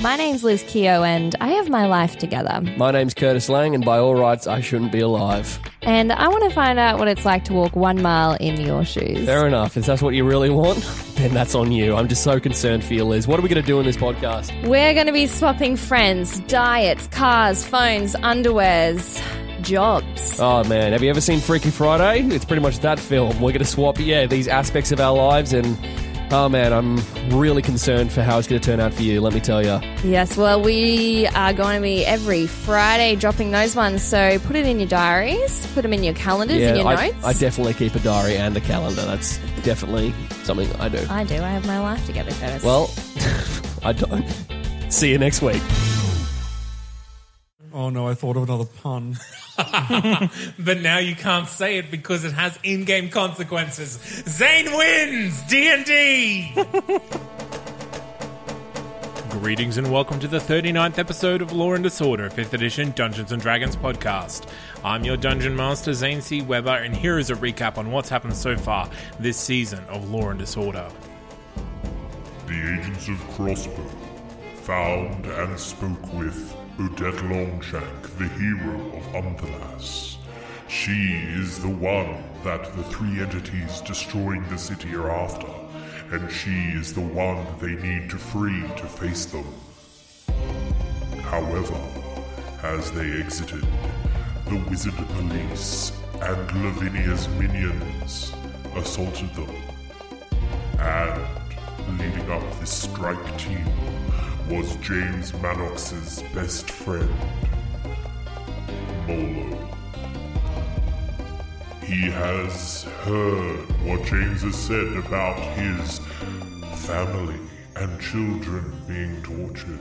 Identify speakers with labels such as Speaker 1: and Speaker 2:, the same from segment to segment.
Speaker 1: My name's Liz Keogh, and I have my life together.
Speaker 2: My name's Curtis Lang, and by all rights, I shouldn't be alive.
Speaker 1: And I want to find out what it's like to walk one mile in your shoes.
Speaker 2: Fair enough. If that's what you really want, then that's on you. I'm just so concerned for you, Liz. What are we going to do in this podcast?
Speaker 1: We're going to be swapping friends, diets, cars, phones, underwears, jobs.
Speaker 2: Oh, man. Have you ever seen Freaky Friday? It's pretty much that film. We're going to swap, yeah, these aspects of our lives and. Oh man, I'm really concerned for how it's going to turn out for you, let me tell you.
Speaker 1: Yes, well, we are going to be every Friday dropping those ones, so put it in your diaries, put them in your calendars, in your
Speaker 2: I,
Speaker 1: notes.
Speaker 2: I definitely keep a diary and a calendar. That's definitely something I do.
Speaker 1: I do. I have my life together, Curtis.
Speaker 2: Well, I don't. See you next week.
Speaker 3: Oh no, I thought of another pun.
Speaker 4: but now you can't say it because it has in-game consequences. Zane wins D&D. Greetings and welcome to the 39th episode of Law and Disorder 5th edition Dungeons and Dragons podcast. I'm your dungeon master Zane C Weber and here is a recap on what's happened so far this season of Law and Disorder.
Speaker 5: The agents of Crossbow found and spoke with Odette Longshank, the hero of Umphalas. She is the one that the three entities destroying the city are after, and she is the one they need to free to face them. However, as they exited, the wizard police and Lavinia's minions assaulted them. And leading up this strike team was James Manox's best friend, Molo. He has heard what James has said about his family and children being tortured,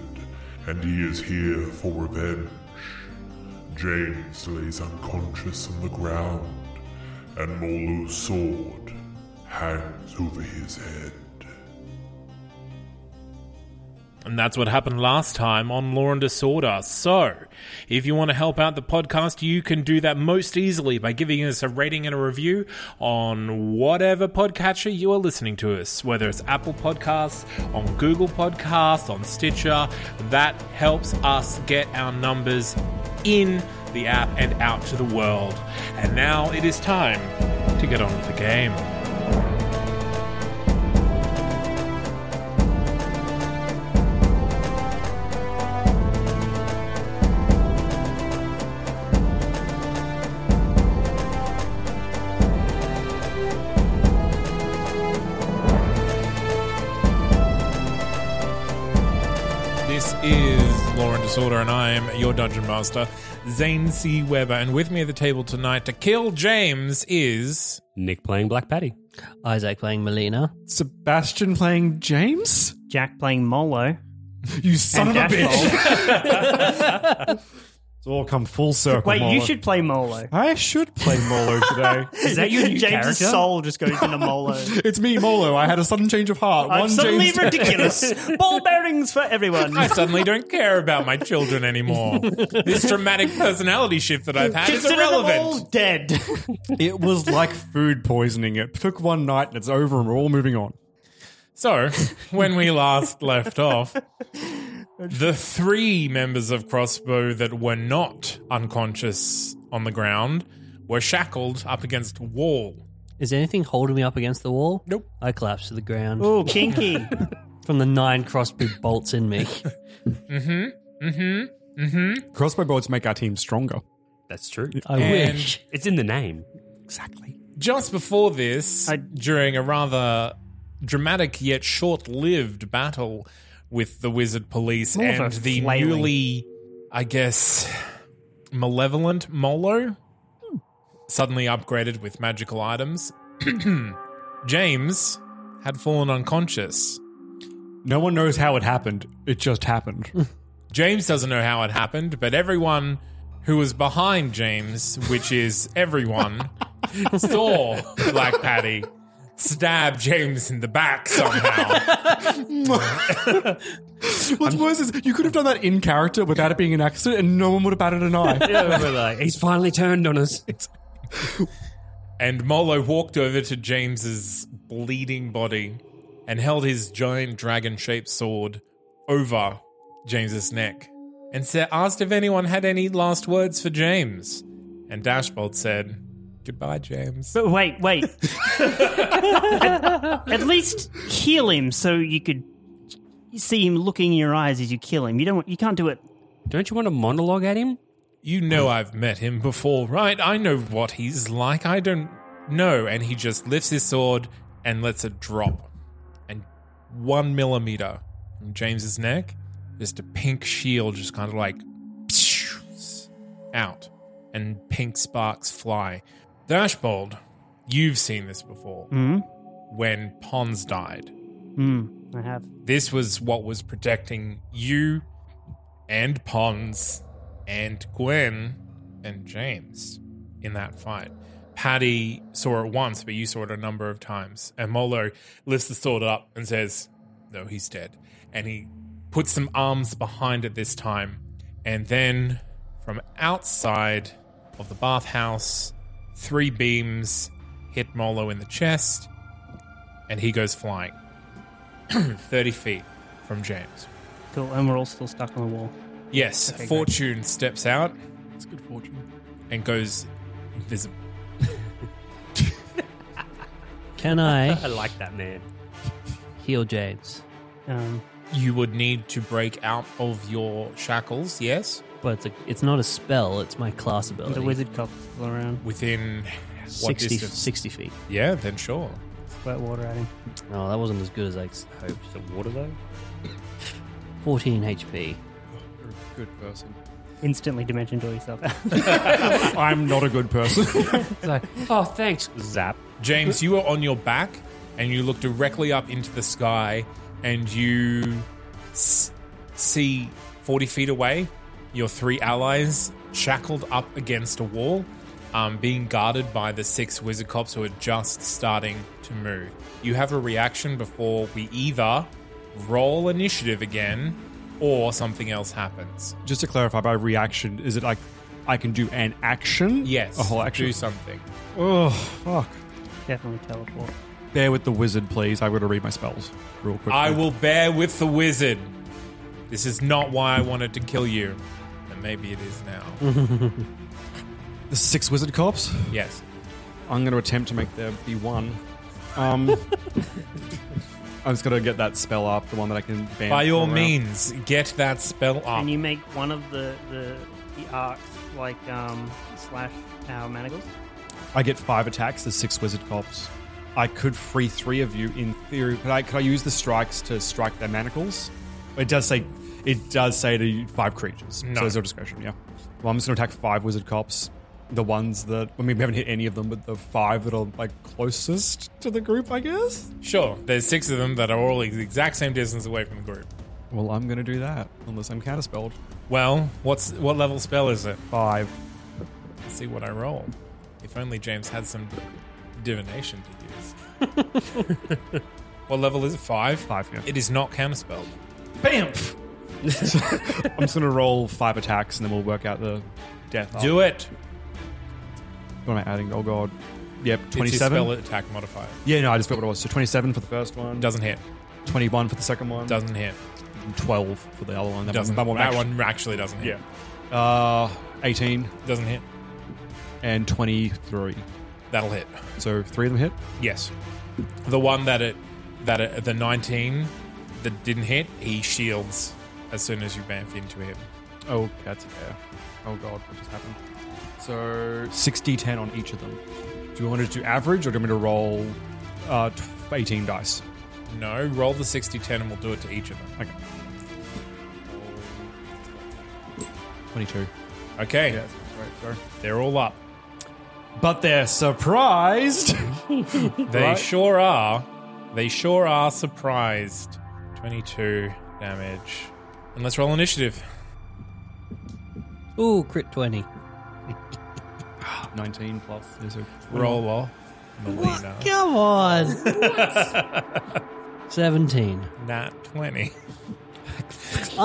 Speaker 5: and he is here for revenge. James lays unconscious on the ground, and Molo's sword hangs over his head.
Speaker 4: And that's what happened last time on Law and Disorder. So, if you want to help out the podcast, you can do that most easily by giving us a rating and a review on whatever podcatcher you are listening to us, whether it's Apple Podcasts, on Google Podcasts, on Stitcher. That helps us get our numbers in the app and out to the world. And now it is time to get on with the game. This is Law and Disorder, and I am your dungeon master, Zane C. Weber. And with me at the table tonight to kill James is
Speaker 6: Nick playing Black Patty.
Speaker 7: Isaac playing Melina.
Speaker 3: Sebastian playing James?
Speaker 8: Jack playing Molo.
Speaker 3: You son
Speaker 8: And
Speaker 3: of a
Speaker 8: Dashbolt.
Speaker 3: bitch! It's all come full circle.
Speaker 8: Wait, you
Speaker 3: Molo.
Speaker 8: should play Molo.
Speaker 3: I should play Molo today.
Speaker 8: Is that your new James's
Speaker 6: character?
Speaker 8: soul just goes into Molo.
Speaker 3: it's me, Molo. I had a sudden change of heart.
Speaker 8: I'm
Speaker 3: One
Speaker 8: suddenly
Speaker 3: James-
Speaker 8: ridiculous. Ball bearings for everyone.
Speaker 4: I suddenly don't care about my children anymore. this dramatic personality shift that I've had is
Speaker 8: Consider them all
Speaker 4: irrelevant.
Speaker 8: dead.
Speaker 3: It was like food poisoning. It took one night and it's over and we're all moving on.
Speaker 4: So, when we last left off, the three members of Crossbow that were not unconscious on the ground were shackled up against a wall.
Speaker 7: Is anything holding me up against the wall?
Speaker 4: Nope.
Speaker 7: I collapse to the ground
Speaker 8: Oh, kinky.
Speaker 7: from the nine crossbow bolts in me.
Speaker 3: Crossbow bolts make our team stronger.
Speaker 6: That's true.
Speaker 7: I
Speaker 4: And-
Speaker 7: wish.
Speaker 6: It's in the name. Exactly.
Speaker 4: Just before this,
Speaker 8: I-
Speaker 4: during a rather dramatic yet short-lived battle with the wizard police
Speaker 8: More of a
Speaker 4: and the
Speaker 8: flailing.
Speaker 4: newly, I guess, malevolent Molo, suddenly upgraded with magical items. James had fallen unconscious.
Speaker 3: No one knows how it happened. It just happened.
Speaker 4: James doesn't know how it happened, but everyone who was behind James, which is everyone, saw Black Patty stab James in the back somehow.
Speaker 3: What's worse is you could have done that in character without it being an accident, and no one would have batted an eye.
Speaker 7: yeah, we're like, he's finally turned on us.
Speaker 4: And Molo walked over to James's bleeding body and held his giant dragon shaped sword over James's neck and sa- asked if anyone had any last words for James. And Dashbolt said, Goodbye, James.
Speaker 8: But wait, wait. at, at least heal him so you could see him looking in your eyes as you kill him. You don't. want- You can't do it.
Speaker 6: Don't you want to monologue at him?
Speaker 4: You know I've met him before, right? I know what he's like. I don't know. And he just lifts his sword and lets it drop. And one millimeter from James's neck, just a pink shield just kind of like out. And pink sparks fly. Dashbold, you've seen this before.
Speaker 8: Hmm.
Speaker 4: When Pons died.
Speaker 8: Hmm. I have.
Speaker 4: This was what was protecting you and Pons and Gwen and James in that fight. Patty saw it once, but you saw it a number of times. And Molo lifts the sword up and says, No, he's dead. And he puts some arms behind it this time. And then from outside of the bathhouse, three beams hit Molo in the chest, and he goes flying 30 feet from James.
Speaker 8: Cool. And we're all still stuck on the wall.
Speaker 4: Yes,
Speaker 8: Okay, great.
Speaker 4: Fortune steps out
Speaker 3: It's good fortune.
Speaker 4: and goes invisible.
Speaker 7: Can I
Speaker 6: I like that man.
Speaker 7: heal James?
Speaker 8: Um,
Speaker 4: You would need to break out of your shackles, yes?
Speaker 7: But it's, a, it's not a spell, it's my class ability.
Speaker 8: the wizard cop's still around.
Speaker 4: Within what
Speaker 7: 60,
Speaker 4: distance?
Speaker 7: 60 feet.
Speaker 4: Yeah, then sure.
Speaker 8: Squirt water at him.
Speaker 7: Oh, that wasn't as good as I ex- hoped.
Speaker 6: The water though.
Speaker 7: 14 HP.
Speaker 3: You're a good person.
Speaker 8: Instantly dimension door yourself.
Speaker 3: I'm not a good person.
Speaker 6: It's like, oh, thanks. Zap.
Speaker 4: James, you are on your back and you look directly up into the sky and you s- see 40 feet away your three allies shackled up against a wall, um, being guarded by the six wizard cops who are just starting to move. You have a reaction before we either roll initiative again or something else happens.
Speaker 3: Just to clarify, by reaction, is it like I can do an action?
Speaker 4: Yes,
Speaker 3: A whole action?
Speaker 4: do something.
Speaker 3: Oh, fuck.
Speaker 8: Definitely teleport.
Speaker 3: Bear with the wizard, please. i got to read my spells real quick.
Speaker 4: I will bear with the wizard. This is not why I wanted to kill you. And maybe it is
Speaker 3: Mm-hmm.
Speaker 4: now.
Speaker 3: The six wizard cops.
Speaker 4: yes.
Speaker 3: I'm going to attempt to make there be one. Um, I'm just going to get that spell up, the one that I can ban.
Speaker 4: By all
Speaker 3: from around.
Speaker 4: means, get that spell up.
Speaker 8: And you make one of the the, the arcs like um, slash our manacles.
Speaker 3: I get five attacks. There's six wizard cops. I could free three of you in theory, but I could I use the strikes to strike their manacles? It does say it does say to five creatures.
Speaker 4: No.
Speaker 3: So there's no discretion. Yeah. Well, I'm just gonna attack five wizard cops. The ones that I mean, we haven't hit any of them, but the five that are like closest to the group, I guess.
Speaker 4: Sure, there's six of them that are all the exact same distance away from the group.
Speaker 3: Well, I'm gonna do that unless I'm counterspelled.
Speaker 4: Well, what's what level spell is it?
Speaker 3: Five.
Speaker 4: Let's see what I roll. If only James had some divination to use. what level is it? Five.
Speaker 3: Five, yeah.
Speaker 4: It is not counterspelled.
Speaker 8: Bam!
Speaker 3: I'm just gonna roll five attacks, and then we'll work out the death.
Speaker 4: Do it.
Speaker 3: What am I adding? Oh god. Yep,
Speaker 4: Spell
Speaker 3: twenty-seven.
Speaker 4: attack modifier
Speaker 3: Yeah, no, I just forgot what it was. So twenty-seven for the first one.
Speaker 4: doesn't hit.
Speaker 3: 21 for the second one.
Speaker 4: Doesn't hit.
Speaker 3: 12 for the other one. That,
Speaker 4: Doesn't.
Speaker 3: one,
Speaker 4: That one actually doesn't hit.
Speaker 3: Yeah. Uh, 18
Speaker 4: Doesn't hit.
Speaker 3: and 23.
Speaker 4: That'll hit.
Speaker 3: So three of them hit.
Speaker 4: Yes. The one that it that it, the 19 that didn't hit, he shields as soon as you bamf into him.
Speaker 3: Oh, that's fair. Oh, God, what just happened? So 60, 10 on each of them. Do you want to do average or do you want me to roll uh, tw- 18 dice?
Speaker 4: No, roll the 60 10 and we'll do it to each of them.
Speaker 3: Okay.
Speaker 2: 22.
Speaker 4: Okay.
Speaker 3: sorry.
Speaker 4: They're all up.
Speaker 3: But they're surprised.
Speaker 4: They sure are. They sure are surprised. 22 damage. And let's roll initiative.
Speaker 7: Ooh, crit 20.
Speaker 3: 19 plus. There's a
Speaker 4: Roll off. Melina.
Speaker 7: Come on. 17.
Speaker 4: Nat 20.
Speaker 7: Unbelievable.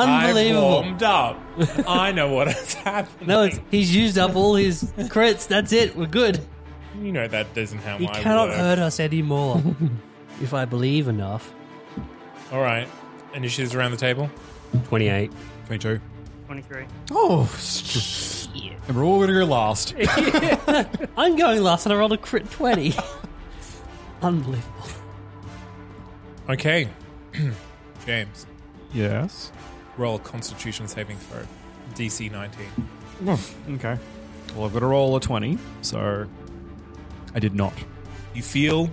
Speaker 4: I've warmed up. I know what has happened.
Speaker 7: No, it's, he's used up all his crits. That's it. We're good.
Speaker 4: You know that doesn't how
Speaker 7: He
Speaker 4: I
Speaker 7: cannot
Speaker 4: work.
Speaker 7: hurt us anymore. if I believe enough.
Speaker 4: All right. Initiatives around the table.
Speaker 6: 28.
Speaker 3: 22.
Speaker 8: 23.
Speaker 3: Oh, shit. And we're all going to go last.
Speaker 7: I'm going last and I rolled a crit 20. Unbelievable.
Speaker 4: Okay. James,
Speaker 3: Yes.
Speaker 4: roll Constitution saving throw. DC 19.
Speaker 3: Okay. Well, I've got to roll a 20, so I did not.
Speaker 4: You feel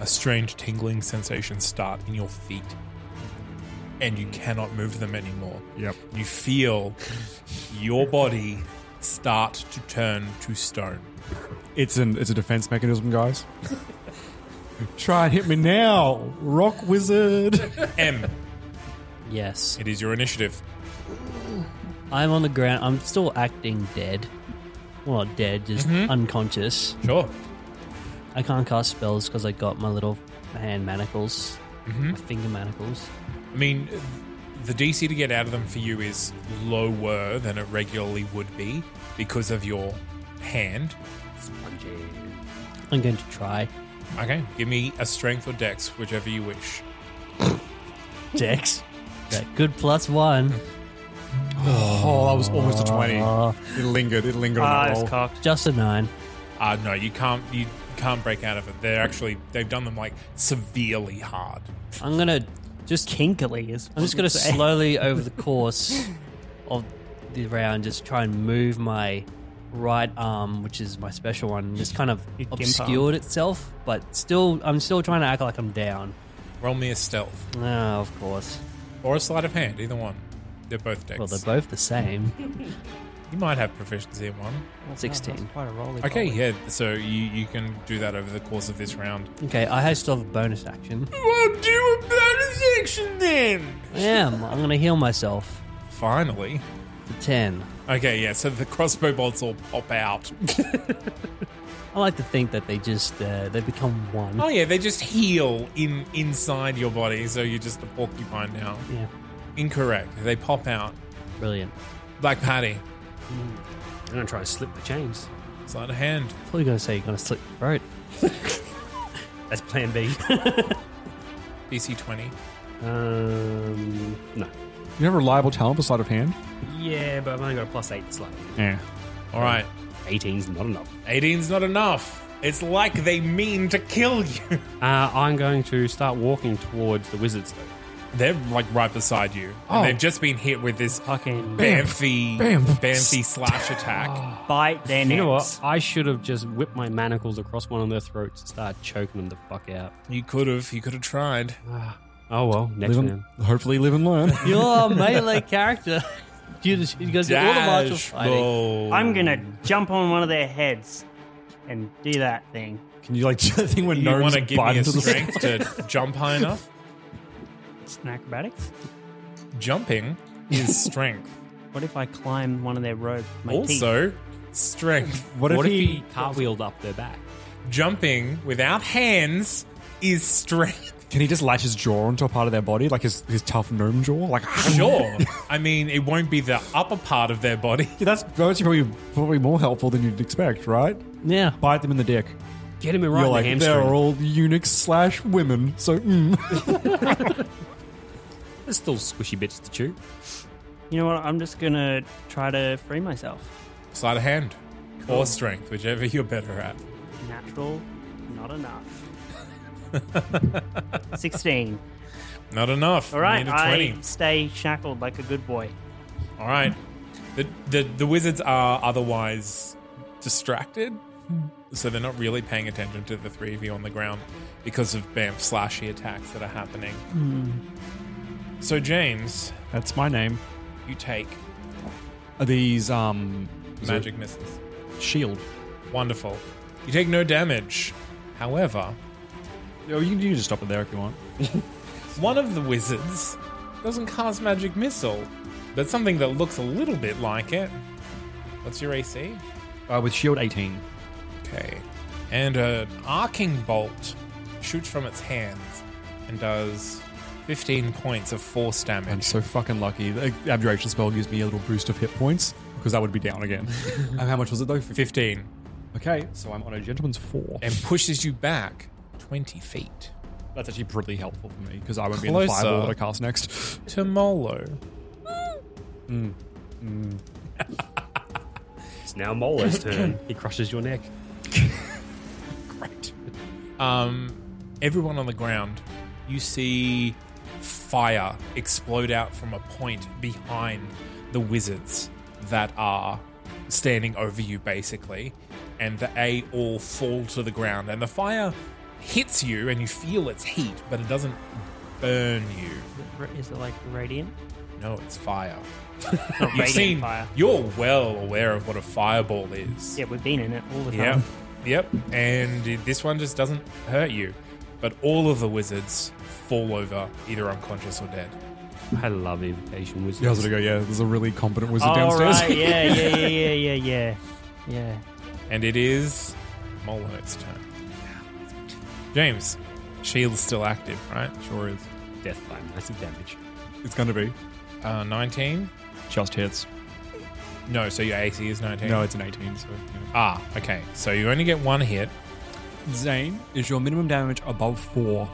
Speaker 4: a strange tingling sensation start in your feet, and you cannot move them anymore.
Speaker 3: Yep.
Speaker 4: You feel your body start to turn to stone.
Speaker 3: It's an it's a defense mechanism, guys. Try and hit me now, rock wizard.
Speaker 4: M,
Speaker 7: Yes.
Speaker 4: it is your initiative.
Speaker 7: I'm on the ground. I'm still acting dead. Well, not dead, just unconscious.
Speaker 4: Sure.
Speaker 7: I can't cast spells because I got my little hand manacles, my finger manacles.
Speaker 4: I mean, the DC to get out of them for you is lower than it regularly would be because of your hand.
Speaker 7: I'm going to try.
Speaker 4: Okay, give me a strength or dex, whichever you wish.
Speaker 7: Dex. That good plus one.
Speaker 3: Oh, that was almost a twenty. Uh-huh. It lingered. It lingered on
Speaker 8: Ah,
Speaker 3: that roll.
Speaker 8: it's cocked.
Speaker 7: Just a nine.
Speaker 4: Uh, no, you can't. You can't break out of it. They're actually they've done them like severely hard.
Speaker 7: I'm gonna just
Speaker 8: Kinkily is.
Speaker 7: I'm just gonna slowly over the course of the round just try and move my right arm, which is my special one, and just kind of
Speaker 8: Your gimp
Speaker 7: obscured itself, but still I'm still trying to act like I'm down.
Speaker 4: Roll me a stealth
Speaker 7: Oh, of course.
Speaker 4: or a sleight of hand, either one. They're both decks.
Speaker 7: Well, they're both the same.
Speaker 4: you might have proficiency in one.
Speaker 7: Sixteen.
Speaker 4: Okay, yeah. So you you can do that over the course of this round.
Speaker 7: Okay, I have still have a bonus action.
Speaker 4: Well, do a bonus action then.
Speaker 7: I am. I'm gonna heal myself
Speaker 4: Finally.
Speaker 7: to ten.
Speaker 4: Okay, yeah. So the crossbow bolts all pop out.
Speaker 7: I like to think that they just uh, they become one.
Speaker 4: oh yeah, they just heal in inside your body. So you're just a porcupine now.
Speaker 7: Yeah,
Speaker 4: Incorrect. They pop out
Speaker 7: brilliant.
Speaker 4: like Patty.
Speaker 6: I'm going to try to slip the chains.
Speaker 4: Sleight of hand.
Speaker 7: I thought you were gonna say you're gonna slit your throat.
Speaker 6: That's plan B.
Speaker 4: DC twenty.
Speaker 6: um, no.
Speaker 3: You have a reliable talent for sleight of hand.
Speaker 6: Yeah, but I've only got a plus 8 slide.
Speaker 3: Yeah.
Speaker 4: All right.
Speaker 6: 18's not enough.
Speaker 4: 18's not enough. It's like they mean to kill you.
Speaker 6: Uh, I'm going to start walking towards the wizards, though.
Speaker 4: They're like right beside you. And
Speaker 3: Oh.
Speaker 4: they've just been hit with this
Speaker 8: Fucking
Speaker 4: Banffy,
Speaker 3: Bam.
Speaker 4: Banffy slash attack.
Speaker 8: bite their necks.
Speaker 6: You know what? I should have just whipped my manacles across one of their throats and started choking them the fuck out.
Speaker 4: You could have. You could have tried.
Speaker 6: Oh well, next
Speaker 3: Live
Speaker 6: round.
Speaker 3: and, hopefully, live and learn.
Speaker 7: Your melee character. You, just, you guys do all the martial
Speaker 8: Oh.
Speaker 7: fighting.
Speaker 4: roll.
Speaker 8: I'm gonna jump on one of their heads and do that thing.
Speaker 3: Can you like do that thing when
Speaker 4: You
Speaker 3: gnomes
Speaker 4: want
Speaker 3: bite
Speaker 4: to give me a
Speaker 3: into the
Speaker 4: strength to jump high enough?
Speaker 8: It's an acrobatics.
Speaker 4: Jumping is strength.
Speaker 8: What if I climb one of their robes? with My teeth?
Speaker 4: also, strength.
Speaker 3: What,
Speaker 6: What
Speaker 3: if he?
Speaker 6: cartwheeled up their back?
Speaker 4: Jumping without hands is strength.
Speaker 3: Can he just lash his jaw onto a part of their body, like his, his tough gnome jaw? Like
Speaker 4: Sure. I mean, it won't be the upper part of their body.
Speaker 3: Yeah, that's that's probably probably more helpful than you'd expect, right?
Speaker 7: Yeah.
Speaker 3: Bite them in the dick.
Speaker 6: Get him in right
Speaker 3: You're
Speaker 6: in
Speaker 3: like
Speaker 6: the
Speaker 3: they're
Speaker 6: hamstring.
Speaker 3: all eunuchs slash women, so mm.
Speaker 6: There's still squishy bits to chew.
Speaker 8: You know what? I'm just gonna try to free myself.
Speaker 4: Sleight of hand or strength, whichever you're better at.
Speaker 8: Natural, not enough. 16.
Speaker 4: Not enough.
Speaker 8: All
Speaker 4: You
Speaker 8: right,
Speaker 4: need a
Speaker 8: I
Speaker 4: 20.
Speaker 8: stay shackled like a good boy.
Speaker 4: All right. The, the the wizards are otherwise distracted. So they're not really paying attention to the three of you on the ground because of Banff slashy attacks that are happening.
Speaker 6: Hmm.
Speaker 4: So James,
Speaker 3: That's my name.
Speaker 4: you take
Speaker 3: Are these um is
Speaker 4: magic
Speaker 3: it-
Speaker 4: missiles.
Speaker 3: shield?
Speaker 4: Wonderful. You take no damage. However,
Speaker 3: Oh, you, you can just stop it there if you want.
Speaker 4: one of the wizards doesn't cast magic missile, but something that looks a little bit like it. What's your AC?
Speaker 3: Uh, with shield eighteen.
Speaker 4: Okay. And an arcing bolt shoots from its hands and does 15 points of force damage.
Speaker 3: I'm so fucking lucky. The abjuration spell gives me a little boost of hit points because I would be down again. and how much was it though?
Speaker 4: 15.
Speaker 3: Okay, so I'm on a gentleman's four.
Speaker 4: And pushes you back 20 feet.
Speaker 3: That's actually pretty helpful for me because I won't be in the
Speaker 4: Closer.
Speaker 3: fireball that I cast next.
Speaker 4: To Molo.
Speaker 3: Mm. Mm.
Speaker 6: It's now Molo's turn. He crushes your neck.
Speaker 4: Great. Um, everyone on the ground, you see fire explode out from a point behind the wizards that are standing over you, basically. And they all fall to the ground. And the fire hits you, and you feel its heat, but it doesn't burn you.
Speaker 8: Is it like radiant?
Speaker 4: No, it's fire.
Speaker 8: Not
Speaker 4: You've
Speaker 8: radiant
Speaker 4: seen,
Speaker 8: fire.
Speaker 4: you're well aware of what a fireball is.
Speaker 8: Yeah, we've been in it all the time.
Speaker 3: Um,
Speaker 4: Yep. Yep. And this one just doesn't hurt you. But all of the wizards fall over, either unconscious or dead.
Speaker 6: I love invocation wizards.
Speaker 3: Yeah, I was gonna go. Yeah, there's a really competent wizard
Speaker 8: All
Speaker 3: downstairs.
Speaker 8: right, yeah, yeah, yeah, yeah, yeah, yeah, yeah.
Speaker 4: And it is Molonet's turn. James, shield's still active, right?
Speaker 3: sure is.
Speaker 6: Death by massive damage.
Speaker 3: It's gonna be
Speaker 4: Uh, 19?
Speaker 3: just hits.
Speaker 4: No, so your AC is 19.
Speaker 3: No, it's an eighteen. So yeah.
Speaker 4: Ah, okay. So you only get one hit.
Speaker 3: Zane, is your minimum damage above four?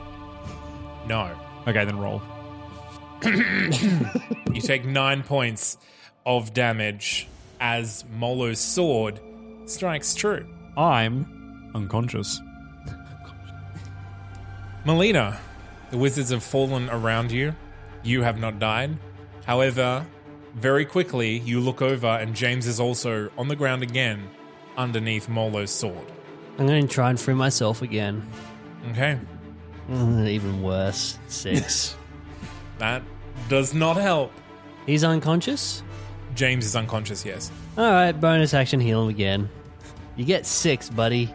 Speaker 4: No.
Speaker 3: Okay, then roll.
Speaker 4: You take nine points of damage as Molo's sword strikes true.
Speaker 3: I'm unconscious.
Speaker 4: Melina, the wizards have fallen around you. You have not died. However, very quickly you look over and James is also on the ground again underneath Molo's sword.
Speaker 7: I'm going to try and free myself again.
Speaker 4: Okay.
Speaker 7: Mm, Even worse. Six.
Speaker 4: That does not help.
Speaker 7: He's unconscious?
Speaker 4: James is unconscious, yes.
Speaker 7: All right, bonus action heal him again. You get six, buddy.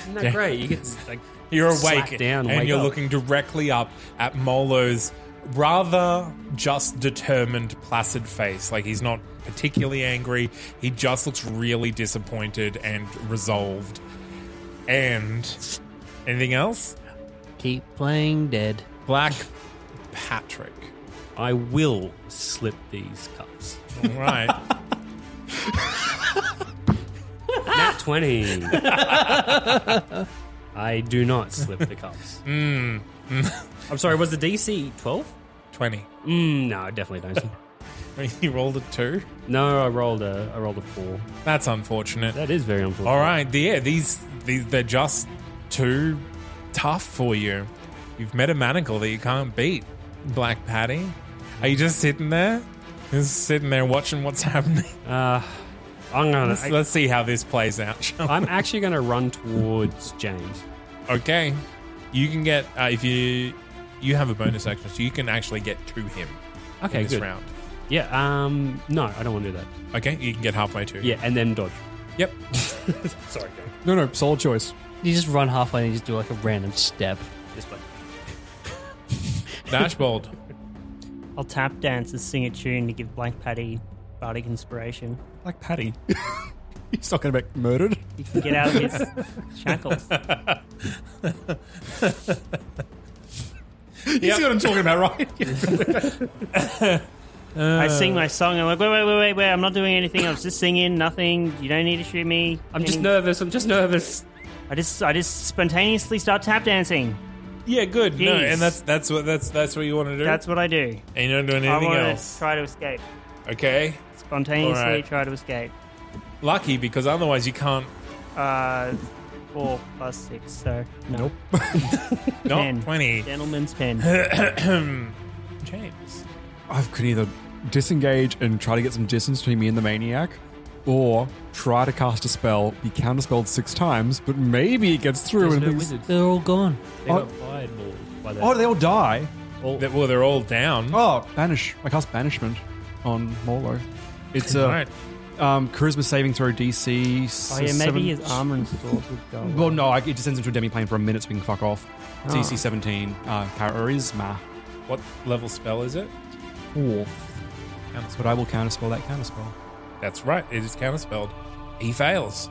Speaker 6: Isn't that great? You get like
Speaker 4: You're
Speaker 6: Slack
Speaker 4: awake
Speaker 6: down,
Speaker 4: and
Speaker 6: wake
Speaker 4: you're
Speaker 6: up.
Speaker 4: looking directly up at Molo's rather just determined, placid face. Like he's not particularly angry. He just looks really disappointed and resolved. And anything else?
Speaker 7: Keep playing dead.
Speaker 4: Black Patrick.
Speaker 6: I will slip these cups.
Speaker 4: All right.
Speaker 6: Nat 20. I do not slip the cups.
Speaker 7: Hmm.
Speaker 6: I'm sorry, was the DC 12?
Speaker 4: 20.
Speaker 6: Mm, no, I definitely don't.
Speaker 4: You rolled a two?
Speaker 6: no, I rolled a I rolled a 4.
Speaker 4: That's unfortunate.
Speaker 6: That is very unfortunate.
Speaker 4: All right, yeah, these, these they're just too tough for you. You've met a manacle that you can't beat, Black Patty. Are you just sitting there, just sitting there watching what's happening?
Speaker 6: Uh, I'm gonna
Speaker 4: Let's, let's see how this plays out. shall
Speaker 6: I'm actually going to run towards James.
Speaker 4: we? Okay, you can get uh, if you you have a bonus action, so you can actually get to him
Speaker 6: Okay,
Speaker 4: in this
Speaker 6: good.
Speaker 4: round.
Speaker 6: Yeah, um, no, I don't want to do that.
Speaker 4: Okay, you can get halfway to.
Speaker 6: Yeah, and then dodge.
Speaker 4: Yep.
Speaker 6: Sorry, James.
Speaker 3: No, no, solid choice.
Speaker 7: You just run halfway and you just do like a random step.
Speaker 6: Just like,
Speaker 4: Dashbold.
Speaker 8: I'll tap dance and sing a tune to give Blank Patty bardic inspiration.
Speaker 3: Like Patty. He's not gonna get murdered.
Speaker 8: He can get out of his shackles.
Speaker 3: You see what I'm talking about, right?
Speaker 8: I sing my song. I'm like, wait, wait, wait, wait, wait. I'm not doing anything. I was just singing. Nothing. You don't need to shoot me.
Speaker 6: I'm just
Speaker 8: Any-
Speaker 6: nervous. I'm just nervous.
Speaker 8: I just, I just spontaneously start tap dancing.
Speaker 4: Yeah, good. No,
Speaker 8: Jeez.
Speaker 4: and that's that's what that's that's what you want to do.
Speaker 8: That's what I do.
Speaker 4: and you don't do
Speaker 8: I
Speaker 4: anything
Speaker 8: want
Speaker 4: else.
Speaker 8: to try to escape.
Speaker 4: okay,
Speaker 8: Spontaneously
Speaker 4: All right.
Speaker 8: try to escape.
Speaker 4: lucky because otherwise you can't
Speaker 8: Uh, four plus six. So no.
Speaker 4: Not
Speaker 8: Ten.
Speaker 4: 20.
Speaker 8: Gentleman's pen.
Speaker 4: James.
Speaker 3: I could either disengage and try to get some distance between me and the maniac, or try to cast a spell, be counterspelled six times, but maybe it gets through and thinks,
Speaker 7: They're all gone.
Speaker 6: They
Speaker 3: Oh.
Speaker 6: got fired all by that.
Speaker 3: Oh, they all die.
Speaker 4: They- well, they're all down.
Speaker 3: Oh, banish. I cast banishment on Morlo. It's uh, a
Speaker 4: Right.
Speaker 3: um, charisma saving throw DC. s-
Speaker 8: Oh, yeah,
Speaker 3: seven-
Speaker 8: maybe his armor and swords would go.
Speaker 3: Well, no, I, it just sends him to a demi plane for a minute so we can fuck off.
Speaker 8: Ah.
Speaker 3: DC 17, uh, charisma.
Speaker 4: What level spell is it?
Speaker 3: Four.
Speaker 4: Counterspell.
Speaker 3: But I will counterspell that counterspell.
Speaker 4: That's right. It is counterspelled. He fails.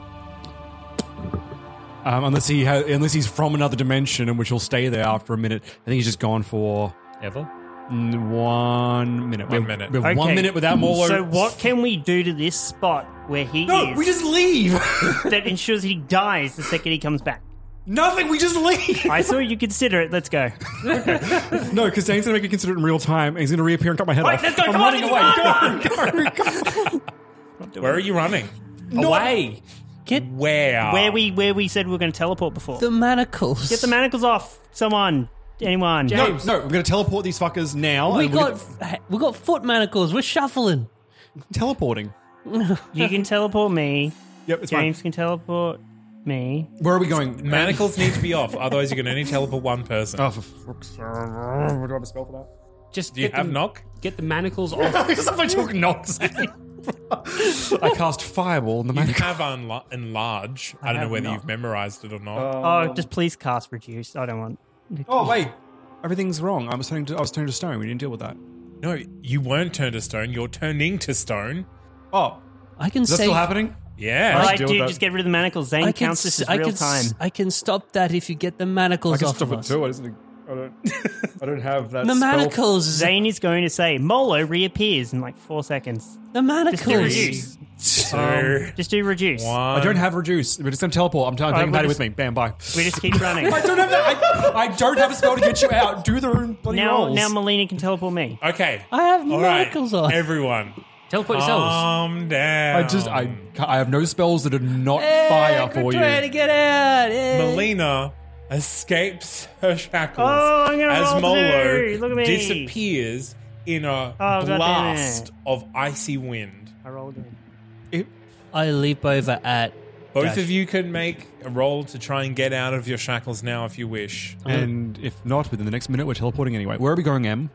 Speaker 3: Um, unless he ha- unless he's from another dimension and which will stay there after a minute. I think he's just gone for
Speaker 6: Ever?
Speaker 3: mm, one minute.
Speaker 4: One
Speaker 3: We-
Speaker 4: minute.
Speaker 3: we have One
Speaker 8: Okay.
Speaker 3: minute without Morlo.
Speaker 8: So what can we do to this spot where he
Speaker 3: No,
Speaker 8: is
Speaker 3: we just leave.
Speaker 8: that ensures he dies the second he comes back?
Speaker 3: Nothing. We just leave.
Speaker 8: I saw you consider it. Let's go.
Speaker 3: No, because Dane's gonna make you consider it in real time, and he's gonna reappear and cut my head
Speaker 8: Wait,
Speaker 3: off.
Speaker 8: let's go,
Speaker 3: I'm
Speaker 8: come on,
Speaker 3: running away. Go, go, go.
Speaker 4: Where are you running?
Speaker 6: Away!
Speaker 8: Get
Speaker 4: Where?
Speaker 8: where we where we said we were going to teleport before.
Speaker 7: The manacles.
Speaker 8: Get the manacles off. Someone, anyone.
Speaker 3: No, no, we're gonna teleport these fuckers now.
Speaker 7: we
Speaker 3: and we're
Speaker 7: got f- we got foot manacles. We're shuffling.
Speaker 3: gonna- teleporting.
Speaker 8: You can teleport me.
Speaker 3: Yep, it's
Speaker 8: James can teleport me.
Speaker 3: fine. Where are we going?
Speaker 4: Manacles need to be off, otherwise you can only teleport one person.
Speaker 3: Oh, for fuck's sake. Do I have a spell for that?
Speaker 6: Just
Speaker 4: Do you
Speaker 6: get
Speaker 4: have
Speaker 6: the,
Speaker 4: knock?
Speaker 6: Get the manacles off.
Speaker 3: Because if I took knocks. I cast fireball in the
Speaker 4: You
Speaker 3: man.
Speaker 4: have unla- enlarge. I, don't know
Speaker 8: have
Speaker 4: whether
Speaker 8: knock.
Speaker 4: you've memorized it or not.
Speaker 3: Uh,
Speaker 8: Oh, just please cast reduce. I don't want.
Speaker 3: Oh wait, everything's wrong. I was turning to I was turning to stone. We didn't deal with that.
Speaker 4: no, you weren't turned to stone. You're turning to stone.
Speaker 3: Oh,
Speaker 7: I can
Speaker 3: is that
Speaker 7: save.
Speaker 3: still happening?
Speaker 4: Yeah.
Speaker 8: I
Speaker 3: Let's
Speaker 8: like,
Speaker 3: deal
Speaker 8: dude,
Speaker 3: with that.
Speaker 8: just get rid of the manacles. Zane
Speaker 7: I can
Speaker 8: counts this
Speaker 7: s-
Speaker 8: as
Speaker 7: I
Speaker 8: real
Speaker 7: can s-
Speaker 8: time.
Speaker 7: I can stop that if you get the manacles off of us.
Speaker 3: I don't, I don't, I don't have that.
Speaker 7: The manacles. is-
Speaker 8: Zane is going to say, Molo reappears in like four seconds. Just
Speaker 7: The
Speaker 8: do
Speaker 7: manacles.
Speaker 8: reduce.
Speaker 4: Two,
Speaker 8: Um, Just do reduce.
Speaker 4: one.
Speaker 3: I don't have reduce. We're just gonna teleport. I'm, t- I'm
Speaker 8: Alright,
Speaker 3: taking
Speaker 8: we'll
Speaker 3: Patty with
Speaker 8: just-
Speaker 3: me. Bam, bye.
Speaker 8: We just keep running.
Speaker 3: I don't have that. I, I don't have a spell to get you out. Do the room bloody
Speaker 8: now,
Speaker 3: rolls.
Speaker 8: now Melina can teleport me.
Speaker 4: Okay.
Speaker 7: I have
Speaker 4: All right,
Speaker 7: manacles on.
Speaker 4: Everyone,
Speaker 6: Teleport yourselves.
Speaker 4: calm down.
Speaker 3: I just I ca- I have no spells that are not
Speaker 7: Hey,
Speaker 3: fire
Speaker 7: we're
Speaker 3: for you.
Speaker 7: trying to get out. hey.
Speaker 4: Melina escapes her shackles
Speaker 8: Oh, I'm gonna roll
Speaker 4: as Molo
Speaker 8: too. Look at me. Oh,
Speaker 4: disappears in a
Speaker 8: God damn it.
Speaker 4: blast of icy wind.
Speaker 8: I roll again.
Speaker 7: I leap over at.
Speaker 4: Both
Speaker 7: Dash.
Speaker 4: of you can make a roll to try and get out of your shackles now if you wish.
Speaker 3: And if not, within the next minute, we're teleporting anyway. Where are we going, Em?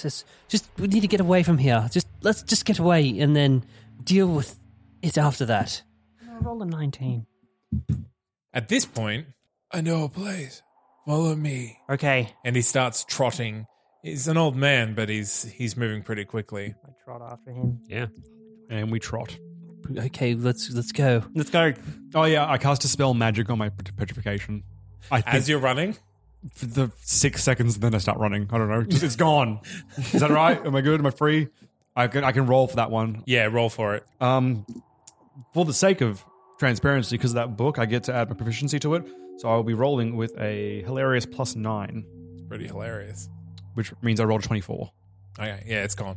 Speaker 7: Just, just we need to get away from here. Just let's just get away and then deal with it after that.
Speaker 8: I rolled a 19.
Speaker 4: At this point, I know a place. Follow me.
Speaker 8: Okay.
Speaker 4: And he starts trotting. He's an old man, but he's he's moving pretty quickly.
Speaker 8: I trot after him.
Speaker 6: Yeah.
Speaker 3: And we trot.
Speaker 7: Okay, let's let's go.
Speaker 8: Let's go.
Speaker 3: Oh yeah, I cast a spell magic on my pet- petrification. I think
Speaker 4: As you're running,
Speaker 3: for the six seconds, and then I start running. I don't know. Just, it's gone. Is that right? Am I good? Am I free? I can I can roll for that one.
Speaker 4: yeah, roll for it.
Speaker 3: Um, for the sake of transparency, because of that book, I get to add my proficiency to it. So I will be rolling with a hilarious plus nine,
Speaker 4: It's pretty hilarious.
Speaker 3: which means I rolled a twenty-four.
Speaker 4: Okay, yeah, it's gone.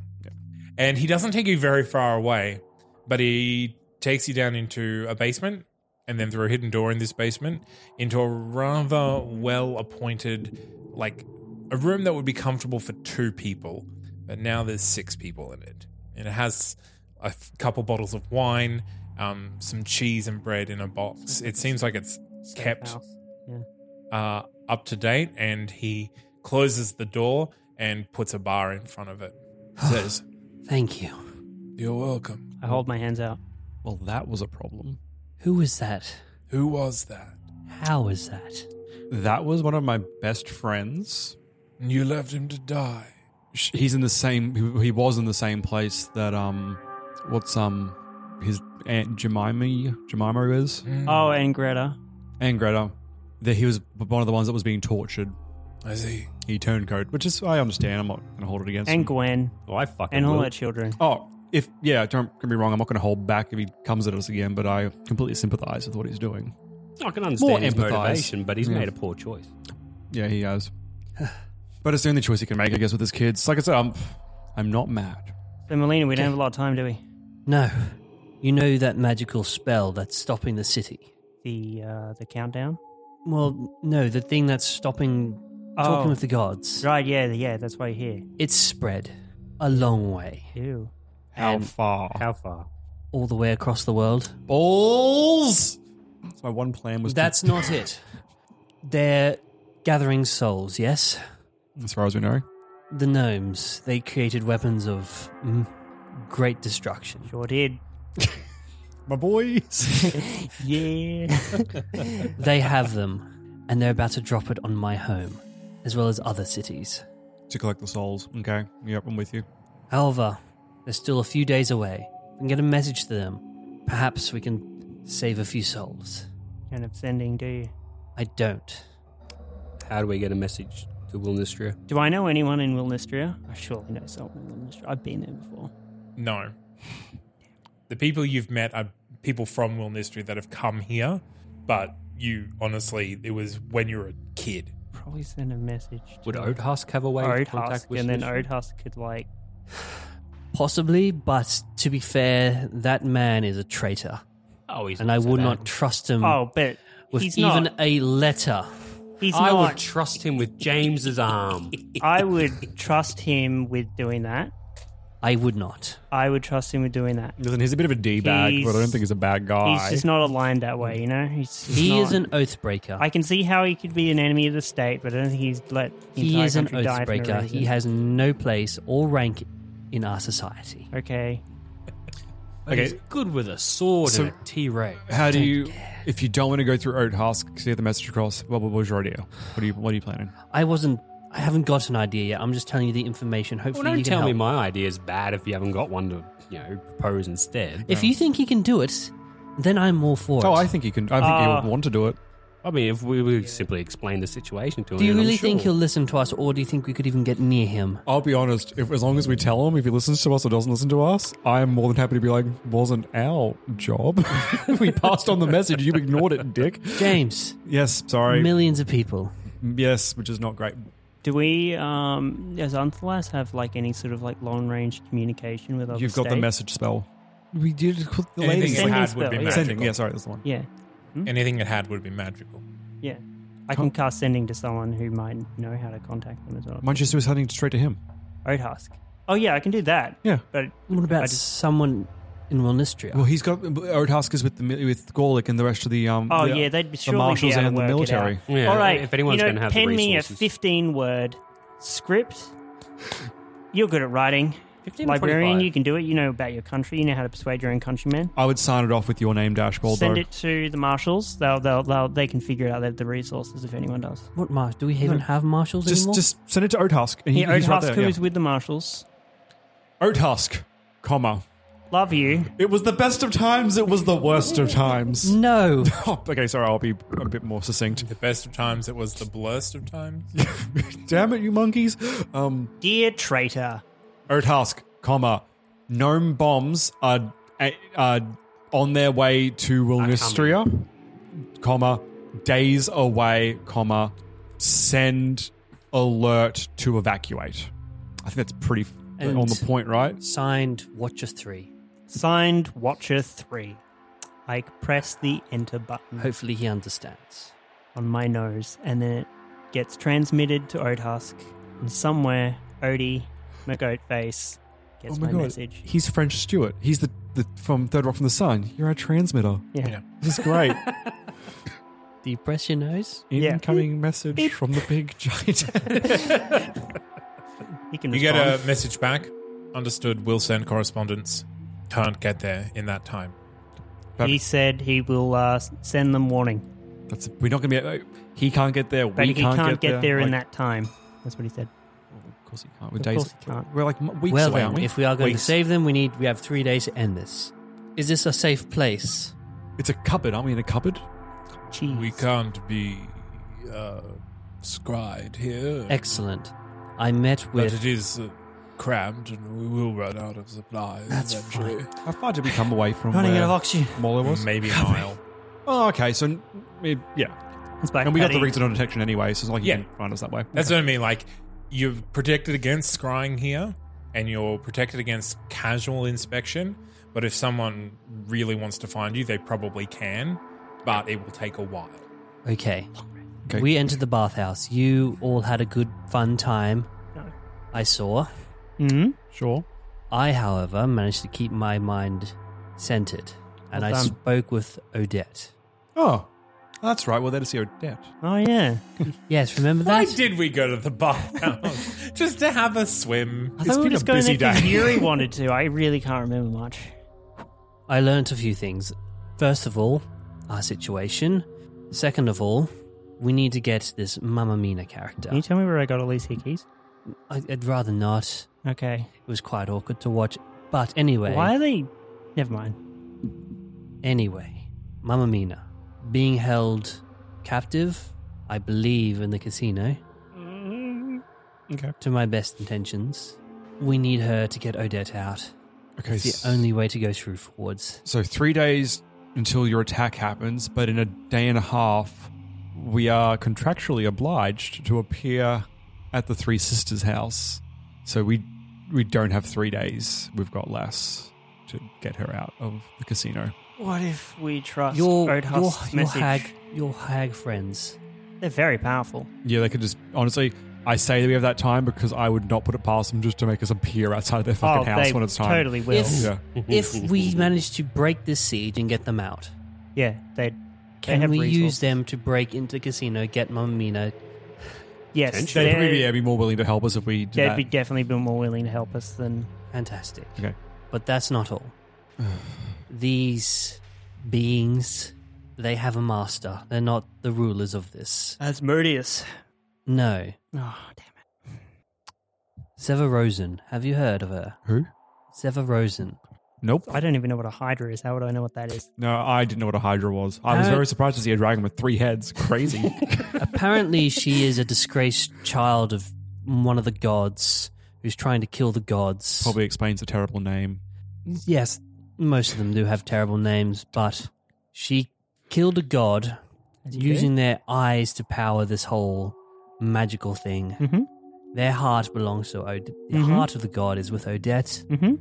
Speaker 4: And he doesn't take you very far away, but he takes you down into a basement and then through a hidden door in this basement into a rather well appointed, like a room that would be comfortable for two people. But now there's six people in it. And it has a f- couple bottles of wine, um, some cheese and bread in a box. It seems like it's kept uh, up to date and he closes the door and puts a bar in front of it. Says,
Speaker 7: Thank you.
Speaker 4: You're welcome.
Speaker 8: I hold my hands out.
Speaker 3: Well, that was a problem.
Speaker 7: Who was that?
Speaker 4: Who was that?
Speaker 7: How was that?
Speaker 3: That was one of my best friends.
Speaker 4: You left him to die.
Speaker 3: Sh- He's in the same. he- He was in the same place that um, what's um, his aunt Jemima Jemima is.
Speaker 6: Mm.
Speaker 8: Oh, and Greta.
Speaker 3: and Greta, that he was one of the ones that was being tortured.
Speaker 4: I see.
Speaker 3: He turncoat, which is I understand. I'm not going to hold it against
Speaker 8: And
Speaker 3: him.
Speaker 8: Gwen.
Speaker 6: Oh, I fucking
Speaker 8: And all
Speaker 6: will.
Speaker 8: her children.
Speaker 3: oh, if yeah, don't get me wrong. I'm not going to hold back if he comes at us again. But I completely sympathise with what he's doing.
Speaker 6: I can
Speaker 3: More
Speaker 6: understand his
Speaker 3: empathise.
Speaker 6: motivation, but he's
Speaker 3: Yeah.
Speaker 6: made a poor choice.
Speaker 3: Yeah, he has. but it's the only choice he can make, I guess, with his kids. Like I said, I'm, I'm not mad.
Speaker 8: So, Melina, we don't have a lot of time, do we?
Speaker 7: No, you know that magical spell that's stopping the city.
Speaker 8: The uh, the countdown?
Speaker 7: Well, no, the thing that's stopping talking
Speaker 8: Oh.
Speaker 7: with the gods.
Speaker 8: Right, yeah, yeah, that's why you're here.
Speaker 7: It's spread a long way.
Speaker 8: Ew.
Speaker 3: How
Speaker 7: And
Speaker 3: far?
Speaker 6: How far?
Speaker 7: all the way across the world.
Speaker 3: Balls. That's my one plan was. to-
Speaker 7: That's not it. They're gathering souls, yes?
Speaker 3: As far as we know.
Speaker 7: The gnomes. They created weapons of mm, great destruction.
Speaker 8: Sure did.
Speaker 3: my boys.
Speaker 8: yeah.
Speaker 7: they have them, and they're about to drop it on my home, as well as other cities.
Speaker 3: to collect the souls. Okay. Yep, I'm with you.
Speaker 7: However, they're still a few days away. We can get a message to them. Perhaps we can save a few souls.
Speaker 8: Kind of sending, do you?
Speaker 7: I don't.
Speaker 6: How do we get a message to Wilnistria?
Speaker 8: Do I know anyone in Wilnistria? I surely know someone in Wilnistria. I've been there before.
Speaker 4: No. The people you've met are people from Wilnistry that have come here, but you honestly, it was when you were a kid.
Speaker 8: Probably send a message.
Speaker 6: Would
Speaker 8: to
Speaker 6: Oathusk have a way to contact
Speaker 8: Oathusk,
Speaker 6: with
Speaker 8: and then
Speaker 6: Lucian?
Speaker 8: Oathusk could like.
Speaker 7: Possibly, but to be fair, that man is a traitor.
Speaker 6: Oh, he's
Speaker 7: and I
Speaker 6: so
Speaker 7: would
Speaker 6: bad.
Speaker 7: not trust him
Speaker 8: Oh, but
Speaker 7: with
Speaker 8: he's
Speaker 7: even
Speaker 8: not.
Speaker 7: a letter.
Speaker 8: He's
Speaker 6: I
Speaker 8: not.
Speaker 6: would trust him with James's arm.
Speaker 8: I would trust him with doing that.
Speaker 7: I would not.
Speaker 8: I would trust him with doing that.
Speaker 3: Listen, he's a bit of a d bag, but I don't
Speaker 8: He's-
Speaker 3: think he's a bad guy.
Speaker 8: He's just not aligned that way, you know. He's just
Speaker 7: He
Speaker 8: not-
Speaker 7: is an oathbreaker.
Speaker 8: I can see how he could be an enemy of the state, but I don't think he's let. The
Speaker 7: he
Speaker 8: entire
Speaker 7: is an
Speaker 8: country die for no
Speaker 7: oathbreaker. He
Speaker 8: reason.
Speaker 7: has no place or rank in our society.
Speaker 8: Okay.
Speaker 6: But he's
Speaker 3: Okay.
Speaker 6: good with a sword
Speaker 3: So-
Speaker 6: and a T-Rex.
Speaker 3: How do you, if you don't want to go through Oat Husk, get the message across, what, what was your idea? What are you, what are you planning?
Speaker 7: I wasn't. I haven't got an idea yet. I'm just telling you the information.
Speaker 6: Well,
Speaker 7: Hopefully,
Speaker 6: don't
Speaker 7: you can
Speaker 6: tell me
Speaker 7: help.
Speaker 6: my idea is bad if you haven't got one to, you know, propose instead.
Speaker 7: If you think he can do it, then I'm all for it.
Speaker 3: Oh, I think he can. I think he
Speaker 8: Ah.
Speaker 3: would want to do it.
Speaker 6: I mean, if we, we simply explain the situation to him,
Speaker 7: do you
Speaker 6: then I'm
Speaker 7: really think
Speaker 6: sure.
Speaker 7: he'll listen to us, or do you think we could even get near him?
Speaker 3: I'll be honest. If as long as we tell him, if he listens to us or doesn't listen to us, I'm more than happy to be like, wasn't our job. we passed on the message. You ignored it, Dick.
Speaker 7: James,
Speaker 3: Yes, sorry. Mm,
Speaker 7: millions of people.
Speaker 3: yes, which is not great.
Speaker 8: Do we, um, does Unthalas have like any sort of like long range communication with other
Speaker 3: You've got the
Speaker 8: states?
Speaker 3: message spell. We did. The
Speaker 4: Anything it
Speaker 8: Sending
Speaker 4: had would be
Speaker 8: spell, yeah.
Speaker 4: magical.
Speaker 3: Sending. Yeah, sorry, that's the one.
Speaker 8: Yeah,
Speaker 7: Hmm?
Speaker 4: Anything it had would be magical.
Speaker 8: yeah. I can cast sending to someone who might know how to contact them as well.
Speaker 3: Why don't you just do something straight to him?
Speaker 8: Oathusk. Oh yeah, I can do that.
Speaker 3: Yeah.
Speaker 8: But
Speaker 7: What
Speaker 8: I
Speaker 7: about
Speaker 8: just-
Speaker 7: someone in Wilnistria?
Speaker 3: Well, he's got Oathuskers with the with Gorlick and the rest of the um.
Speaker 8: oh
Speaker 3: the,
Speaker 8: yeah, they'd be
Speaker 3: the
Speaker 8: surely
Speaker 3: marshals
Speaker 8: be able
Speaker 3: and
Speaker 8: to
Speaker 3: the
Speaker 8: work it out.
Speaker 3: military.
Speaker 6: Yeah,
Speaker 8: All right.
Speaker 6: if anyone's
Speaker 8: you know,
Speaker 6: gonna have the
Speaker 8: pen me a
Speaker 6: resources.
Speaker 8: fifteen word script. You're good at writing.
Speaker 6: 15 or
Speaker 8: Librarian,
Speaker 6: 25?
Speaker 8: you can do it. You know about your country. You know how to persuade your own countrymen.
Speaker 3: I would sign it off with your name, Dashboard.
Speaker 8: Send
Speaker 3: though.
Speaker 8: it to the marshals. They'll, they'll, they'll they can figure it out. They have the resources if anyone does.
Speaker 7: what mar- do we even have marshals
Speaker 3: Just
Speaker 7: anymore?
Speaker 3: just send it to Oathusk. And he,
Speaker 8: Yeah,
Speaker 3: he's right
Speaker 8: Oathusk,
Speaker 3: there,
Speaker 8: who
Speaker 3: yeah.
Speaker 8: is with the marshals.
Speaker 3: Oathusk, comma.
Speaker 8: Love you.
Speaker 3: It was the best of times. It was the worst of times.
Speaker 7: no.
Speaker 3: Oh, okay, sorry. I'll be a bit more succinct.
Speaker 4: The best of times, it was the blurst of times.
Speaker 3: Damn it, you monkeys. Um,
Speaker 8: Dear traitor.
Speaker 3: Oathusk, comma. Gnome bombs are uh, uh, on their way to Wilnistria, comma. Days away, comma. Send alert to evacuate. I think that's pretty f-
Speaker 7: And-
Speaker 3: on the point, right?
Speaker 7: Signed Watcher Three.
Speaker 8: Signed Watcher 3. I press the enter button
Speaker 7: Hopefully, he understands.
Speaker 8: on my nose and then it gets transmitted to Oathusk. And somewhere, Odie McGoatface gets my, message.
Speaker 3: Oh He's French Stewart. He's the, the from Third Rock from the Sun. You're our transmitter.
Speaker 8: Yeah.
Speaker 3: This is great.
Speaker 7: Do you press
Speaker 8: eh?
Speaker 7: your nose?
Speaker 8: Yeah.
Speaker 3: Incoming message from the big giant.
Speaker 8: He can
Speaker 4: You get a
Speaker 8: respond.
Speaker 4: message back. Understood, will send correspondence. Can't get there in that time.
Speaker 8: He said he will uh, s- send them warning.
Speaker 3: That's we're not gonna be. uh, He can't get there.
Speaker 8: But
Speaker 3: we
Speaker 8: he
Speaker 3: can't,
Speaker 8: get, there, in that
Speaker 3: Like,
Speaker 8: time. That's what he said.
Speaker 3: Of course he can't. We're
Speaker 8: Of
Speaker 3: days.
Speaker 8: course he can't.
Speaker 3: We're like m- weeks
Speaker 7: well,
Speaker 3: away,
Speaker 7: then,
Speaker 3: aren't we?
Speaker 7: if we are going
Speaker 3: Weeks.
Speaker 7: to save them, we need we have three days to end this. Is this a safe place?
Speaker 3: it's a cupboard. Aren't we in a cupboard?
Speaker 8: Jeez.
Speaker 4: We can't be uh, scried here.
Speaker 7: Excellent. I met
Speaker 4: But
Speaker 7: with.
Speaker 4: it is uh, crammed and we will run out of supplies
Speaker 7: That's
Speaker 4: eventually.
Speaker 7: fine.
Speaker 3: How far did we come away from?
Speaker 7: Running
Speaker 3: where
Speaker 7: out of oxygen.
Speaker 3: Mola was.
Speaker 4: Maybe a mile.
Speaker 3: Oh, okay. So n- we- yeah,
Speaker 8: It's back
Speaker 3: and we got the
Speaker 8: Paddy.
Speaker 3: rigs of non-detection anyway. So it's not like you
Speaker 4: Yeah.
Speaker 3: can find us that way.
Speaker 4: That's what I mean. Like, you're protected against scrying here, and you're protected against casual inspection. But if someone really wants to find you, they probably can, but it will take a while.
Speaker 7: Okay.
Speaker 3: Okay.
Speaker 7: We entered the bathhouse. You all had a good, fun time. I saw.
Speaker 8: Mhm.
Speaker 3: sure.
Speaker 7: I, however, managed to keep my mind sent it, and
Speaker 8: Well
Speaker 7: I
Speaker 8: done.
Speaker 7: spoke with Odette.
Speaker 3: Oh, that's right. Well, that is your debt.
Speaker 8: Oh yeah.
Speaker 7: yes, remember
Speaker 4: Why
Speaker 7: that?
Speaker 4: did we go to the bar? just to have a swim.
Speaker 8: I thought we were just going there 'cause Yuri wanted to. I really can't remember much.
Speaker 7: I learnt a few things. First of all, our situation. Second of all, we need to get this Mamma Mina character.
Speaker 8: Can you tell me where I got all these hickeys?
Speaker 7: I- I'd rather not.
Speaker 8: Okay.
Speaker 7: It was quite awkward to watch. But anyway.
Speaker 8: Why are they? Never mind.
Speaker 7: Anyway, Mamma Mina, being held captive, I believe, in the casino.
Speaker 8: Mm-hmm.
Speaker 3: Okay.
Speaker 7: To my best intentions, we need her to get Odette out.
Speaker 3: Okay,
Speaker 7: It's
Speaker 3: s-
Speaker 7: the only way to go through forwards.
Speaker 3: So three days until your attack happens, but in a day and a half, we are contractually obliged to appear at the Three Sisters' house. So we we don't have three days. We've got less to get her out of the casino.
Speaker 8: What if we trust
Speaker 7: Your, your,
Speaker 8: Odhas'
Speaker 7: your
Speaker 8: message? Oh,
Speaker 7: hag, your hag friends.
Speaker 8: They're very powerful.
Speaker 3: Yeah, they could just honestly. I say that we have that time because I would not put it past them just to make us appear outside of their fucking
Speaker 8: Oh,
Speaker 3: house
Speaker 8: they
Speaker 3: when it's time.
Speaker 8: totally will.
Speaker 7: If,
Speaker 3: Yeah.
Speaker 7: if we manage to break this siege and get them out,
Speaker 8: Yeah, they. they
Speaker 7: can
Speaker 8: have
Speaker 7: we use
Speaker 8: resources.
Speaker 7: them to break into the casino, get Mamma Mina?
Speaker 8: Yes,
Speaker 3: They'd
Speaker 8: they're-
Speaker 3: probably be, yeah, be more willing to help us if we did
Speaker 8: they'd
Speaker 3: that.
Speaker 8: be definitely been more willing to help us than
Speaker 7: Fantastic.
Speaker 3: okay.
Speaker 7: But that's not all. These beings, they have a master. They're not the rulers of this.
Speaker 8: Asmodeus.
Speaker 7: No.
Speaker 8: Oh damn it!
Speaker 7: Severosen. Have you heard of her?
Speaker 3: Who?
Speaker 7: Severosen.
Speaker 3: Nope.
Speaker 8: I don't even know what a Hydra is. How would I know what that is?
Speaker 3: No, I didn't know what a Hydra was. I
Speaker 8: Uh,
Speaker 3: was
Speaker 7: How-
Speaker 3: very surprised to see a dragon with three heads. Crazy.
Speaker 7: Apparently, she is a disgraced child of one of the gods who's trying to kill the gods.
Speaker 3: Probably explains the terrible name.
Speaker 7: Yes, most of them do have terrible names, but she killed a god using their eyes to power this whole magical thing.
Speaker 8: Mhm.
Speaker 7: Their heart belongs to Odette. The
Speaker 8: Mhm.
Speaker 7: heart of the god is with Odette.
Speaker 8: Mm-hmm.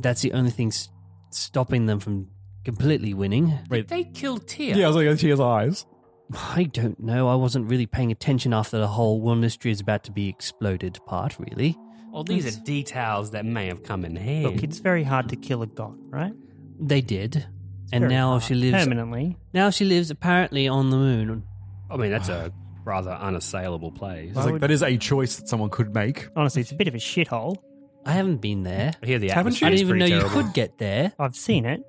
Speaker 7: That's the only thing s- stopping them from completely winning.
Speaker 3: Wait.
Speaker 4: They killed Tyr.
Speaker 3: Yeah, I was like, she has eyes.
Speaker 7: I don't know. I wasn't really paying attention after the whole one mystery is about to be exploded part, really.
Speaker 6: Well, these are details that may have come in handy.
Speaker 8: Look, it's very hard to kill a god, right?
Speaker 7: They did.
Speaker 8: It's
Speaker 7: And
Speaker 8: very
Speaker 7: now
Speaker 8: hard.
Speaker 7: she lives
Speaker 8: permanently.
Speaker 7: now she lives apparently on the moon.
Speaker 6: I mean, that's a rather unassailable place.
Speaker 3: I was like, that is a choice that someone could make.
Speaker 8: Honestly, it's a bit of a shithole.
Speaker 7: I haven't been there.
Speaker 6: I hear the
Speaker 3: Haven't
Speaker 6: atmosphere
Speaker 7: I
Speaker 6: is
Speaker 7: didn't even know
Speaker 6: pretty
Speaker 7: you
Speaker 6: terrible.
Speaker 7: could get there.
Speaker 8: I've seen it.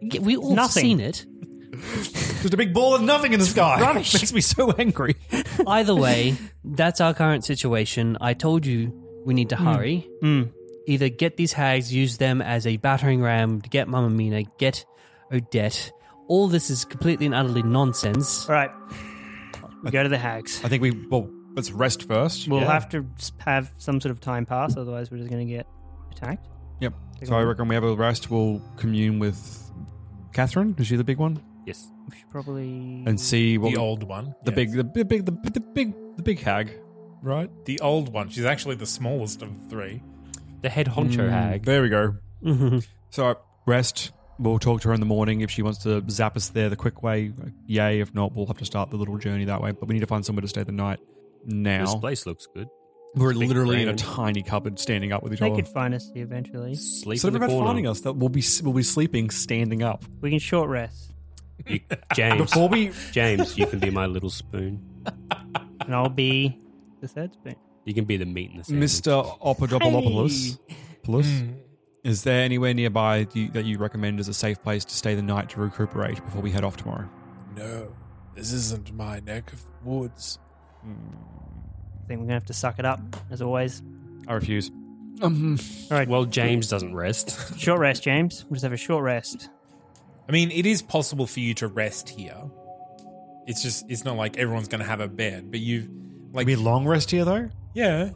Speaker 7: Yeah, We all
Speaker 8: Nothing.
Speaker 7: seen it.
Speaker 3: Just a big ball of nothing in the sky.
Speaker 8: Rubbish.
Speaker 3: Makes me so angry.
Speaker 7: Either way, that's our current situation. I told you we need to hurry.
Speaker 8: Mm.
Speaker 7: Either get these hags, use them as a battering ram to get Mamma Mina, get Odette. All this is completely and utterly nonsense.
Speaker 8: All right, we go to the hags.
Speaker 3: I think we, well, let's rest first.
Speaker 8: We'll
Speaker 3: Yeah.
Speaker 8: have to s- have some sort of time pass, otherwise we're just going to get attacked.
Speaker 3: Yep. So I reckon we have a rest. We'll commune with Catherine. Is she the big one?
Speaker 6: Yes.
Speaker 8: We should probably.
Speaker 3: And see what
Speaker 4: The
Speaker 3: we-
Speaker 4: old one.
Speaker 3: the
Speaker 4: Yes.
Speaker 3: big, the big, big, the, the big, the big hag, right?
Speaker 4: The old one. She's actually the smallest of the three.
Speaker 6: The head
Speaker 7: Hmm.
Speaker 6: honcho hag.
Speaker 3: There we go.
Speaker 6: Mm-hmm.
Speaker 7: Mhm.
Speaker 3: So rest. We'll talk to her in the morning if she wants to zap us there the quick way. Yay! If not, we'll have to start the little journey that way. But we need to find somewhere to stay the night.
Speaker 6: This
Speaker 3: Now
Speaker 6: place looks good.
Speaker 3: we're
Speaker 6: big
Speaker 3: literally in a
Speaker 6: grand.
Speaker 3: tiny cupboard, standing up with each
Speaker 8: They
Speaker 3: other.
Speaker 8: could find us eventually.
Speaker 6: Sleep
Speaker 3: so
Speaker 6: in the
Speaker 3: everybody
Speaker 6: corner.
Speaker 3: finding us, that we'll be we'll be sleeping standing up.
Speaker 8: We can short rest,
Speaker 6: You- James,
Speaker 3: Before we
Speaker 6: James, you can be my little spoon.
Speaker 8: and I'll be the third spoon.
Speaker 6: You can be the meat in the sandwich.
Speaker 3: Mr. Opadopoulopoulos. Plus, is there anywhere nearby that you, that you recommend as a safe place to stay the night to recuperate before we head off tomorrow?
Speaker 9: No, this isn't my neck of woods.
Speaker 3: Hmm.
Speaker 8: I think we're going to have to suck it up, as always.
Speaker 3: I refuse.
Speaker 6: Well, James doesn't rest.
Speaker 8: Short rest, James. We'll just have a short rest.
Speaker 4: I mean, it is possible for you to rest here. It's just, it's not like everyone's going to have a bed, but you, like,
Speaker 3: long rest here though.
Speaker 4: yeah.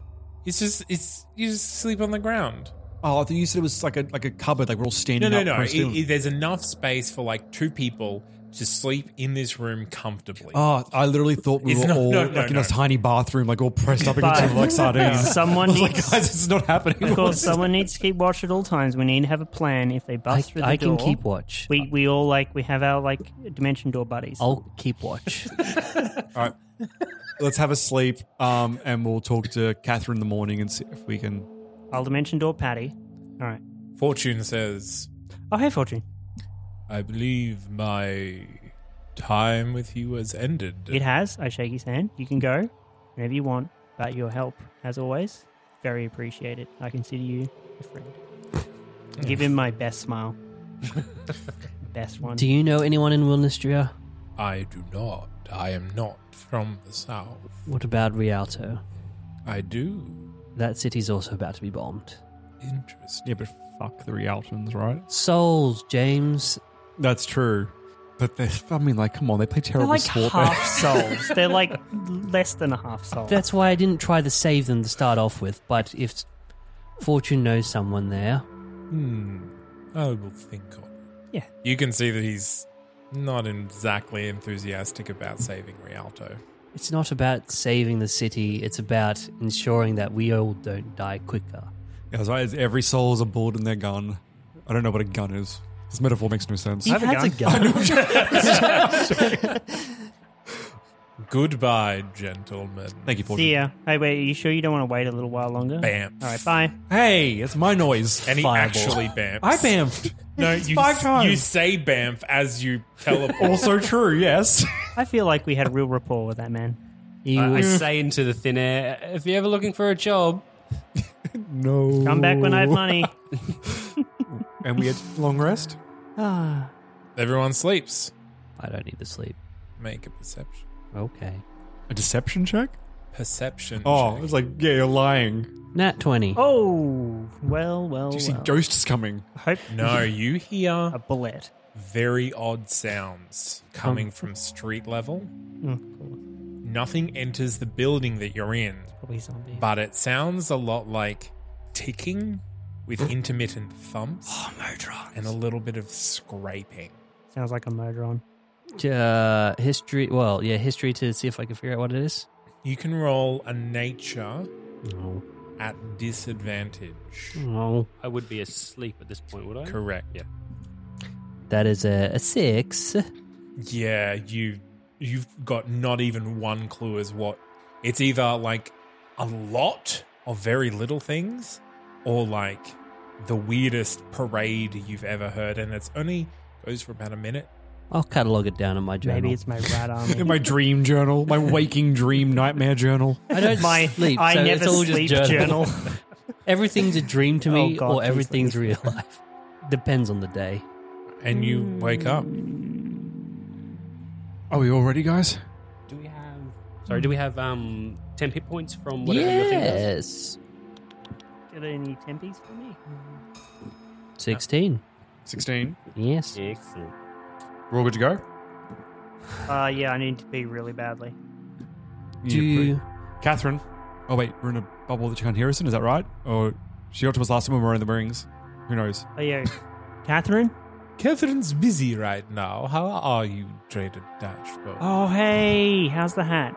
Speaker 4: It's just, it's, you just sleep on the ground.
Speaker 3: Oh, I thought you said it was like a like a cupboard, like we're all
Speaker 4: No,
Speaker 3: standing
Speaker 4: no,
Speaker 3: up.
Speaker 4: no.
Speaker 3: we're
Speaker 4: It,
Speaker 3: still-
Speaker 4: it- there's enough space for like two people to sleep in this room comfortably.
Speaker 3: Oh, I literally thought we
Speaker 4: It's
Speaker 3: were
Speaker 4: not-
Speaker 3: all
Speaker 4: no, no,
Speaker 3: like in
Speaker 4: no.
Speaker 3: a tiny bathroom, like all pressed up against
Speaker 8: But-
Speaker 3: each other like sardines.
Speaker 8: Someone
Speaker 3: I was like,
Speaker 8: needs-
Speaker 3: guys, this is not happening.
Speaker 8: Of course, someone needs to keep watch at all times. We need to have a plan. If they
Speaker 7: I,
Speaker 8: bust through the
Speaker 7: I can
Speaker 8: door,
Speaker 7: keep watch.
Speaker 8: We we all like we have our like dimension door buddies.
Speaker 7: I'll keep watch.
Speaker 3: All right, let's have a sleep, um, and we'll talk to Catherine in the morning and see if we can.
Speaker 8: I'll dimension door Patty. All right.
Speaker 4: Fortune says,
Speaker 8: Oh hey, Fortune.
Speaker 4: I believe my time with you has ended.
Speaker 5: It has. I shake his hand. You can go whenever you want, but your help, as always, very appreciated. I consider you a friend. Give him my best smile. best one.
Speaker 7: Do you know anyone in Wilnistria?
Speaker 4: I do not. I am not from the south.
Speaker 7: What about Rialto?
Speaker 4: I do.
Speaker 7: That city's also about to be bombed.
Speaker 4: Interesting.
Speaker 3: Yeah, but fuck the Rialtons, right?
Speaker 7: Souls, James.
Speaker 3: That's true. But they, I mean, like, come on, they play
Speaker 5: They're
Speaker 3: terrible
Speaker 5: like
Speaker 3: sport.
Speaker 5: half souls. They're like less than a half soul.
Speaker 7: That's why I didn't try to save them to start off with, but if Fortune knows someone there,
Speaker 4: Hmm. I will think on it.
Speaker 5: Yeah.
Speaker 4: You can see that he's not exactly enthusiastic about saving Rialto.
Speaker 7: it's not about saving the city, it's about ensuring that we all don't die quicker.
Speaker 3: Yeah, so it's- every soul is a bullet in their gun. I don't know what a gun is. This metaphor makes no sense.
Speaker 7: He has a gun.
Speaker 4: Goodbye, gentlemen.
Speaker 3: Thank you, Fortune.
Speaker 5: See ya. Hey, wait, are you sure you don't want to wait a little while longer?
Speaker 4: Bam.
Speaker 5: All right, bye.
Speaker 3: Hey, it's my noise.
Speaker 4: And he
Speaker 7: Fireball.
Speaker 4: actually bamfs.
Speaker 3: I bamfed.
Speaker 4: No, you,
Speaker 3: five times.
Speaker 4: you say bamf as you teleport.
Speaker 3: also true, yes.
Speaker 5: I feel like we had real rapport with that man.
Speaker 7: You
Speaker 10: I, I
Speaker 7: will-
Speaker 10: say into the thin air, if you're ever looking for a job,
Speaker 3: No.
Speaker 5: Come back when I have money.
Speaker 3: And we had long rest.
Speaker 7: Ah,
Speaker 4: Everyone sleeps.
Speaker 7: I don't need to sleep.
Speaker 4: Make a perception.
Speaker 7: Okay.
Speaker 3: A deception check?
Speaker 4: Perception.
Speaker 3: Oh,
Speaker 4: check.
Speaker 3: it's like, yeah, you're lying.
Speaker 7: Nat 20.
Speaker 5: Oh, well, well,
Speaker 3: Do you see
Speaker 5: well.
Speaker 3: ghosts coming?
Speaker 5: I hope
Speaker 4: no, you hear
Speaker 5: a bullet.
Speaker 4: very odd sounds coming from street level.
Speaker 5: Mm, of course.
Speaker 4: Nothing enters the building that you're in,
Speaker 5: Probably zombies.
Speaker 4: but it sounds a lot like ticking with intermittent thumps. And a little bit of scraping.
Speaker 5: Sounds like a Modron.
Speaker 7: Uh, history. Well, yeah, history to see if I can figure out what it is.
Speaker 4: You can roll a nature
Speaker 7: No.
Speaker 4: at disadvantage.
Speaker 7: No.
Speaker 10: I would be asleep at this point, would I?
Speaker 4: Correct.
Speaker 10: Yeah.
Speaker 7: That is a, a six.
Speaker 4: Yeah, you you've got not even one clue as what it's either like a lot of very little things or like the weirdest parade you've ever heard and it's only goes for about a minute.
Speaker 7: I'll catalog it down in my journal.
Speaker 5: Maybe it's my rat army.
Speaker 3: In my dream journal, my waking dream nightmare journal.
Speaker 7: I don't
Speaker 5: My
Speaker 7: sleep.
Speaker 5: I
Speaker 7: so
Speaker 5: never
Speaker 7: it's all
Speaker 5: sleep
Speaker 7: just
Speaker 5: journal.
Speaker 7: Everything's a dream to me,
Speaker 5: Oh, God,
Speaker 7: or
Speaker 5: please
Speaker 7: everything's
Speaker 5: let me
Speaker 7: real life. Depends on the day.
Speaker 4: And you
Speaker 5: Hmm.
Speaker 4: wake up.
Speaker 3: Are we all ready, guys?
Speaker 10: Do we have. Sorry, do we have um, 10 hit points from whatever your thing was?
Speaker 7: Yes,
Speaker 5: Get any tempies for me?
Speaker 7: sixteen.
Speaker 3: 16.
Speaker 7: Yes.
Speaker 10: Excellent.
Speaker 3: We're all good to go?
Speaker 5: Uh, yeah, I need to pee really badly.
Speaker 7: Do you,
Speaker 3: Catherine. Oh, wait, we're in a bubble that you can't hear us in, is that right? Or she got to us last time when we were in the rings. Who knows?
Speaker 5: Oh yeah, Catherine.
Speaker 4: Catherine's busy right now. How are you, traded dashboard?
Speaker 5: Oh hey, how's the hat?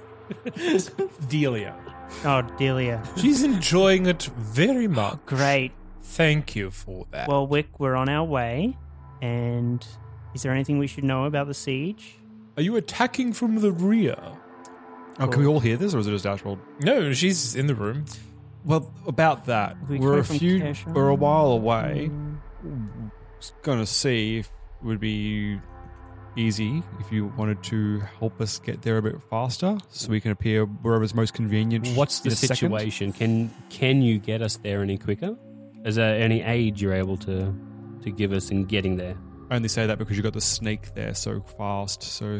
Speaker 4: Delia.
Speaker 5: Oh Delia,
Speaker 4: She's enjoying it very much.
Speaker 5: great.
Speaker 4: Thank you for that.
Speaker 5: Well, Wick, we're on our way, and is there anything we should know about the siege?
Speaker 4: are you attacking from the rear?
Speaker 3: Oh, can we all hear this, or is it just Dashboard?
Speaker 4: No, she's in the room.
Speaker 3: Well, about that,
Speaker 5: We
Speaker 3: we
Speaker 5: came
Speaker 3: are a
Speaker 5: from
Speaker 3: few,
Speaker 5: Kesha.
Speaker 3: we're a while away. Gonna see if it would be easy if you wanted to help us get there a bit faster, so we can appear wherever's most convenient.
Speaker 10: What's the
Speaker 3: in a second.
Speaker 10: situation? Can can you get us there any quicker? Is there any aid you're able to to give us in getting there?
Speaker 3: I only say that because you got the snake there so fast. So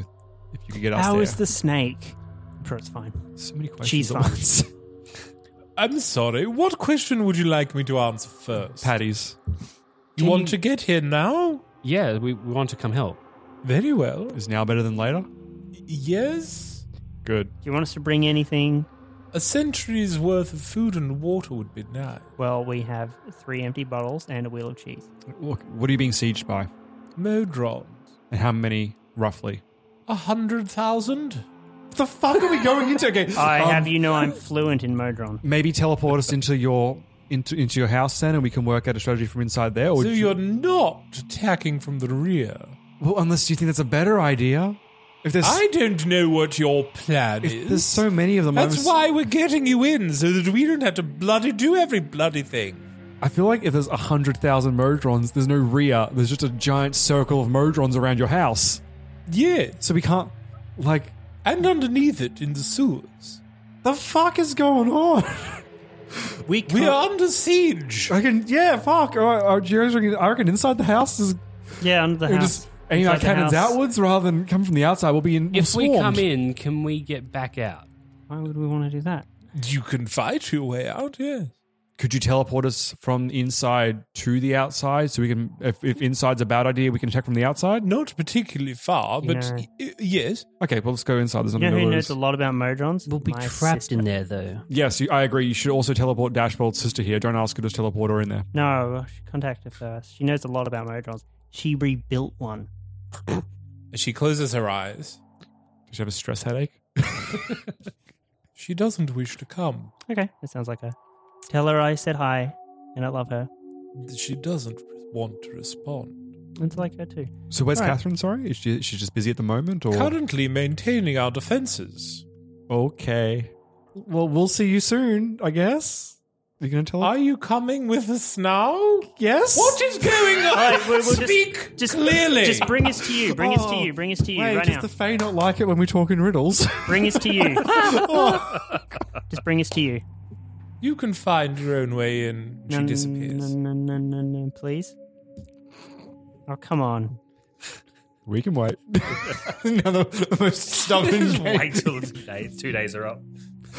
Speaker 3: if you could get us
Speaker 5: How
Speaker 3: there,
Speaker 5: is the snake? I'm sure it's fine.
Speaker 3: so many questions.
Speaker 5: She's
Speaker 3: at
Speaker 5: fine.
Speaker 3: once.
Speaker 4: I'm sorry. Eh, What question would you like me to answer first?
Speaker 3: Patties.
Speaker 4: you want to get here now?
Speaker 10: Yeah, we, we want to come help.
Speaker 4: Very well.
Speaker 3: Is now better than later?
Speaker 4: Yes.
Speaker 3: Good.
Speaker 5: Do you want us to bring anything?
Speaker 4: A century's worth of food and water would be nice.
Speaker 5: Well, we have three empty bottles and a wheel of cheese.
Speaker 3: Look, what are you being sieged by?
Speaker 4: Modron.
Speaker 3: And how many, roughly?
Speaker 4: A hundred thousand?
Speaker 3: The fuck are we going into? Okay,
Speaker 5: I
Speaker 3: um,
Speaker 5: have you know I'm fluent in Modron.
Speaker 3: maybe teleport us into your into into your house then, and we can work out a strategy from inside there. Or
Speaker 4: So you're not attacking from the rear.
Speaker 3: well, unless you think that's a better idea. If there's
Speaker 4: I don't know what your plan
Speaker 3: if
Speaker 4: is.
Speaker 3: there's so many of them, I'm
Speaker 4: That's
Speaker 3: s-
Speaker 4: why we're getting you in, so that we don't have to bloody do every bloody thing.
Speaker 3: I feel like if there's 100,000 Modrons, there's no rear. There's just a giant circle of Modrons around your house.
Speaker 4: Yeah.
Speaker 3: So we can't, like.
Speaker 4: And underneath it in the sewers.
Speaker 3: The fuck is going on?
Speaker 4: We, we are under siege.
Speaker 3: I can, yeah, fuck. I, I, I reckon inside the house is.
Speaker 5: Yeah, under the
Speaker 3: we
Speaker 5: house.
Speaker 3: Just aim our
Speaker 5: Inside the
Speaker 3: cannons
Speaker 5: house.
Speaker 3: outwards rather than come from the outside. We'll be in.
Speaker 11: If we
Speaker 3: swarmed.
Speaker 11: come in, can we get back out?
Speaker 5: Why would we want to do that?
Speaker 4: You can fight your way out, yeah.
Speaker 3: could you teleport us from the inside to the outside so we can if, if inside's a bad idea we can check from the outside
Speaker 4: not particularly far
Speaker 5: but No. y-
Speaker 4: yes
Speaker 3: okay well let's go inside there's
Speaker 5: You
Speaker 3: nothing
Speaker 5: know
Speaker 3: to
Speaker 5: who
Speaker 3: lose.
Speaker 5: knows a lot about Modrons? We'll be
Speaker 7: trapped in there though.
Speaker 3: yes you, i agree you should also teleport dashbold's sister here don't ask her to teleport her in there
Speaker 5: No, contact her first. She knows a lot about Modrons. She rebuilt one.
Speaker 4: She closes her eyes.
Speaker 3: Does she have a stress headache?
Speaker 4: She doesn't wish to come.
Speaker 5: Okay, that sounds like her. Tell her I said hi and I love her.
Speaker 4: She doesn't want to respond.
Speaker 5: And to like her too.
Speaker 3: so where's
Speaker 5: Alright.
Speaker 3: catherine sorry is she, she's just busy at the moment or
Speaker 4: Currently maintaining our defenses.
Speaker 3: okay well we'll see you soon i guess you're gonna tell
Speaker 4: Are you coming with us now?
Speaker 3: yes
Speaker 4: What is going on?
Speaker 5: Alright, we'll- we'll just-
Speaker 4: Speak
Speaker 5: just-
Speaker 4: clearly.
Speaker 5: Just bring us to you. Bring us to
Speaker 3: Oh,
Speaker 5: you. Bring us to you
Speaker 3: Wait,
Speaker 5: right
Speaker 3: does
Speaker 5: now.
Speaker 3: the Fae not like it when we talk in riddles?
Speaker 5: Bring us to you. Just bring us to you.
Speaker 4: You can find your own way in. She
Speaker 5: No, no,
Speaker 4: disappears.
Speaker 5: No, no, no, no, no, please. Oh, come on.
Speaker 3: we can wait. Another most stubborn
Speaker 7: Just wait till the day, two days are up.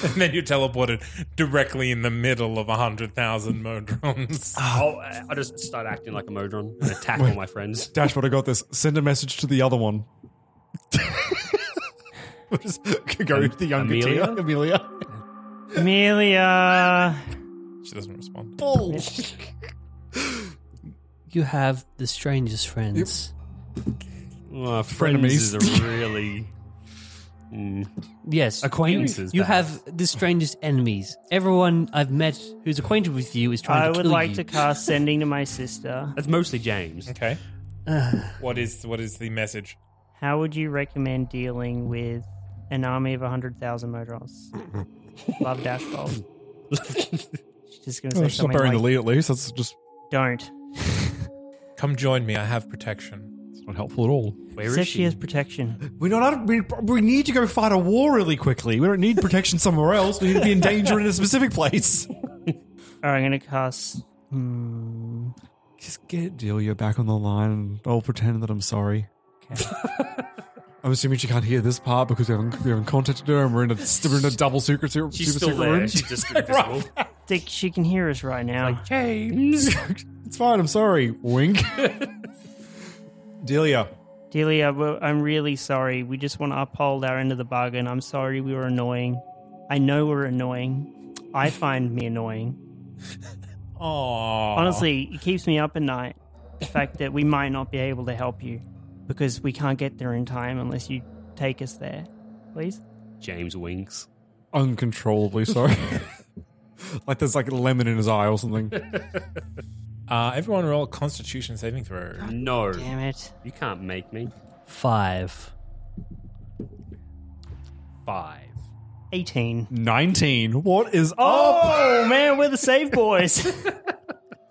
Speaker 4: And then you're teleported directly in the middle of 100,000 Modrons.
Speaker 3: Ah.
Speaker 11: Oh, I I just start acting like a Modron and attack all my friends.
Speaker 3: Dashboard, I got this. Send a message to the other one. We'll just go
Speaker 11: Am-
Speaker 3: to the younger
Speaker 11: Amelia?
Speaker 3: tier. Amelia.
Speaker 5: Amelia.
Speaker 4: She doesn't respond.
Speaker 7: You have the strangest friends.
Speaker 11: Oh, friends is a really Mm.
Speaker 7: Yes,
Speaker 11: Acquaintances,
Speaker 7: You
Speaker 11: perhaps.
Speaker 7: have the strangest enemies. Everyone I've met who's acquainted with you is trying
Speaker 5: I
Speaker 7: to
Speaker 5: would
Speaker 7: kill
Speaker 5: like
Speaker 7: you.
Speaker 5: to cast sending to my sister.
Speaker 11: That's mostly James.
Speaker 4: Okay. what is what is the message?
Speaker 5: How would you recommend dealing with an army of 100,000 Modrons? Love Dashbolt. She's just going to say
Speaker 3: Oh, she's not
Speaker 5: something
Speaker 3: bearing
Speaker 5: like,
Speaker 3: the lead, at least. That's just
Speaker 5: don't.
Speaker 4: Come join me. I have protection.
Speaker 3: it's not helpful at all.
Speaker 11: Where
Speaker 5: Says
Speaker 11: is
Speaker 5: she has protection.
Speaker 3: We're not. out of- We, we need to go fight a war really quickly. We don't need protection somewhere else. We need to be in danger in a specific place.
Speaker 5: All right, I'm going to cast. Hmm,
Speaker 3: Just get Delia back on the line. and I'll pretend that I'm sorry. I'm assuming she can't hear this part because we haven't, we haven't contacted her and we're in a, we're in a double secret, super
Speaker 11: She's still
Speaker 3: secret
Speaker 11: there.
Speaker 3: room.
Speaker 11: She's just invisible.
Speaker 5: think she can hear us right now.
Speaker 3: James. it's fine. I'm sorry. Wink. Delia.
Speaker 5: Delia, we're- I'm really sorry. We just want to uphold our end of the bargain. I'm sorry we were annoying. I know we're annoying. I find me annoying.
Speaker 4: Oh,
Speaker 5: Honestly, it keeps me up at night. The fact that we might not be able to help you because we can't get there in time unless you take us there. Please?
Speaker 11: James winks.
Speaker 3: Uncontrollably sorry. like there's like a lemon in his eye or something.
Speaker 4: Uh, everyone roll a Constitution saving throw.
Speaker 11: No,
Speaker 5: Damn it.
Speaker 11: you can't make me.
Speaker 7: Five.
Speaker 11: Five.
Speaker 5: 18.
Speaker 3: 19. What is
Speaker 5: Oh, man, we're the save boys.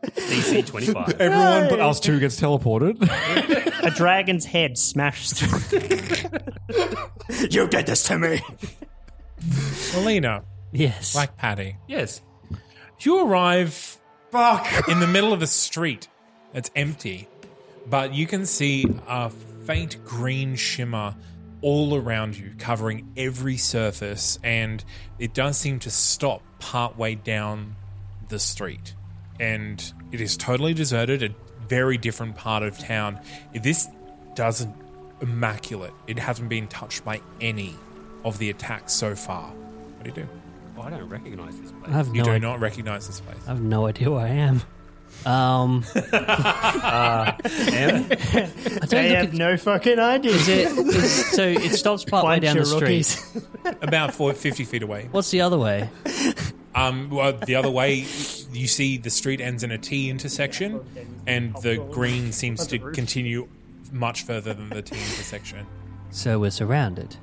Speaker 11: DC 25.
Speaker 3: Everyone but us two gets teleported.
Speaker 5: A dragon's head smashed through. you did this to me.
Speaker 4: Melina,
Speaker 7: Yes.
Speaker 4: like Patty,
Speaker 11: yes.
Speaker 4: you arrive fuck in the middle of a street that's empty, but you can see a faint green shimmer all around you, covering every surface, and it does seem to stop partway down the street. And it is totally deserted, a very different part of town. This doesn't immaculate. It hasn't been touched by any of the attacks so far. What do you do?
Speaker 11: Oh, I don't recognize this
Speaker 7: I
Speaker 11: place.
Speaker 7: have
Speaker 4: You
Speaker 7: no.
Speaker 4: do
Speaker 7: I-
Speaker 4: not recognize this place.
Speaker 7: I have no idea where I am. Um,
Speaker 11: M?
Speaker 7: I don't
Speaker 5: I
Speaker 7: look
Speaker 5: have
Speaker 7: at,
Speaker 5: no fucking idea.
Speaker 7: is it, is, so it stops partway
Speaker 5: Climb
Speaker 7: down the
Speaker 5: your
Speaker 7: street.
Speaker 5: rookies.
Speaker 4: about four, 50 feet away.
Speaker 7: What's the other way?
Speaker 4: Um, well, the other way, you see the street ends in a T intersection, and the green seems to continue much further than the T intersection.
Speaker 7: So we're surrounded.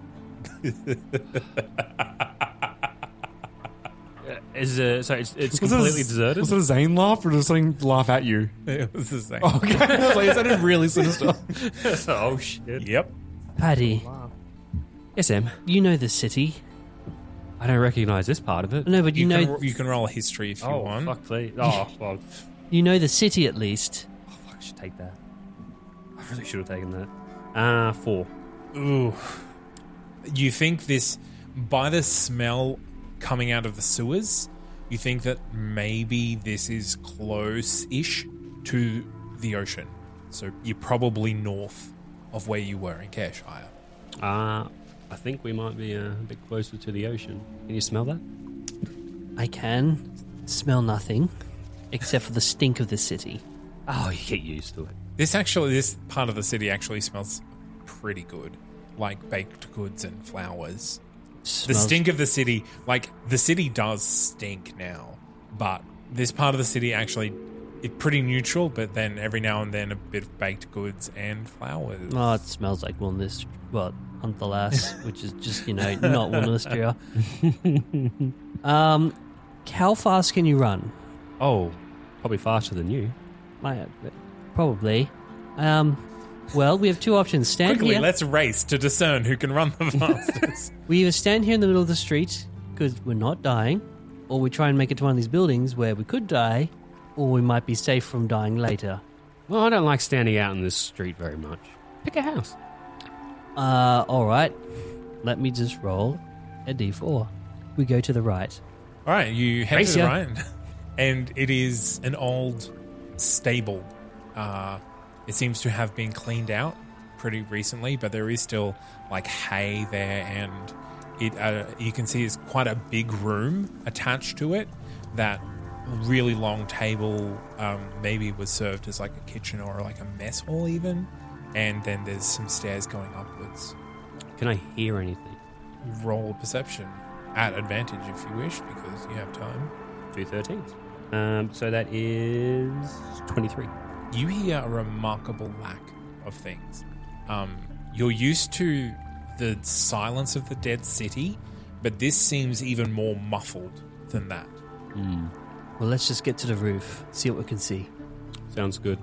Speaker 3: Is uh, so it's, it's
Speaker 12: Was it a-
Speaker 3: completely deserted.
Speaker 12: Was it a Zane laugh or did something laugh at you?
Speaker 3: It was a Zane.
Speaker 12: Okay, I was like, it sounded really sinister.
Speaker 3: oh shit!
Speaker 4: Yep.
Speaker 7: Paddy.
Speaker 3: Yes, Em.
Speaker 7: You know the city.
Speaker 3: I don't recognise this part of it.
Speaker 7: No, but you, know.
Speaker 4: can, ro- you can roll a history if you
Speaker 3: Oh,
Speaker 4: want.
Speaker 3: fuck, please. Oh, well,
Speaker 7: you know the city at least.
Speaker 3: Oh, I should take that. I really should have taken that. Ah, four.
Speaker 4: Ooh. You think this, by the smell coming out of the sewers, you think that maybe this is close ish to the ocean. So you're probably north of where you were in Kershire.
Speaker 3: Ah, I think we might be uh, a bit closer to the ocean. Can you smell that?
Speaker 7: I can smell nothing except for the stink of the city.
Speaker 3: Oh, you get used to it.
Speaker 4: This actually, this part of the city actually smells pretty good, like baked goods and flowers. the
Speaker 7: Smells-
Speaker 4: stink of the city, like the city does stink now, but this part of the city actually it's pretty neutral. But then every now and then, a bit of baked goods and flowers.
Speaker 7: Oh, it smells like Wilnist. Well, Hunthalas, which is just, you know, not Wilnistria. um, how fast can you run?
Speaker 3: Oh, probably faster than you.
Speaker 7: My, probably. Um, well, we have two options. Stand
Speaker 4: Quickly,
Speaker 7: here.
Speaker 4: let's race to discern who can run the fastest.
Speaker 7: We either stand here in the middle of the street because we're not dying, or we try and make it to one of these buildings where we could die, or we might be safe from dying later.
Speaker 3: Well, I don't like standing out in this street very much. Pick a house.
Speaker 7: Uh, all right. Let me just roll a d4. We go to the right.
Speaker 4: All right, you head
Speaker 7: Race
Speaker 4: to the
Speaker 7: ya.
Speaker 4: right, and it is an old stable. Uh, it seems to have been cleaned out pretty recently, but there is still like hay there, and it uh, you can see is quite a big room attached to it. That really long table um, maybe was served as like a kitchen or like a mess hall even, and then there's some stairs going upwards.
Speaker 3: Can I hear anything?
Speaker 4: Roll perception at advantage if you wish because you have time.
Speaker 3: Two thirteens. Um, so that is twenty-three.
Speaker 4: you hear a remarkable lack of things. Um, you're used to the silence of the dead city, but this seems even more muffled than that.
Speaker 7: Well, let's just get to the roof, see what we can see.
Speaker 3: Sounds good.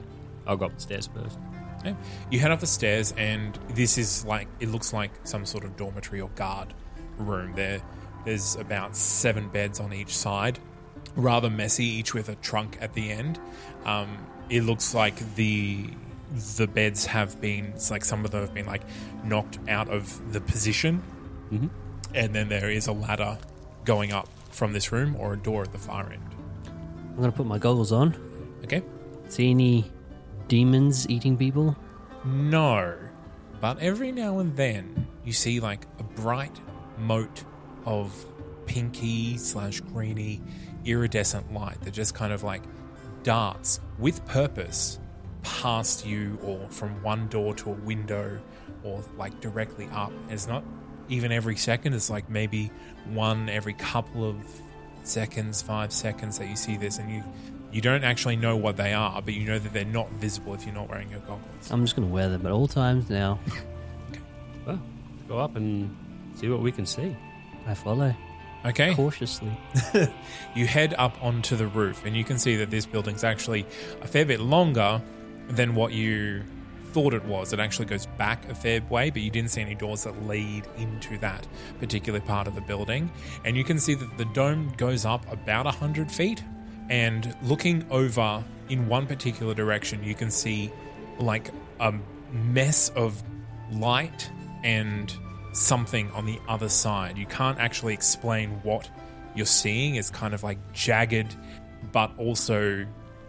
Speaker 3: I'll go up the stairs first.
Speaker 4: Okay. You head up the stairs, and this is like it looks like some sort of dormitory or guard room. There, there's about seven beds on each side, rather messy, each with a trunk at the end. Um, it looks like the the beds have been it's like some of them have been like knocked out of the position,
Speaker 3: Mhm.
Speaker 4: and then there is a ladder going up from this room or a door at the far end.
Speaker 7: I'm going to put my goggles on.
Speaker 4: Okay.
Speaker 7: See any demons eating people?
Speaker 4: No. But every now and then, you see like a bright moat of pinky slash greeny iridescent light that just kind of like darts with purpose past you or from one door to a window or like directly up. It's not even every second, it's like maybe one every couple of seconds, five seconds that you see this and you you don't actually know what they are, but you know that they're not visible if you're not wearing your goggles.
Speaker 7: I'm just going to wear them at all times now.
Speaker 3: Well, go up and see what we can see.
Speaker 7: I follow
Speaker 4: Okay.
Speaker 7: cautiously.
Speaker 4: you head up onto the roof, and you can see that this building's actually a fair bit longer than what you thought it was. It actually goes back a fair way, but you didn't see any doors that lead into that particular part of the building. And you can see that the dome goes up about 100 feet, and looking over in one particular direction, you can see like a mess of light and something on the other side. You can't actually explain what you're seeing. It's kind of like jagged, but also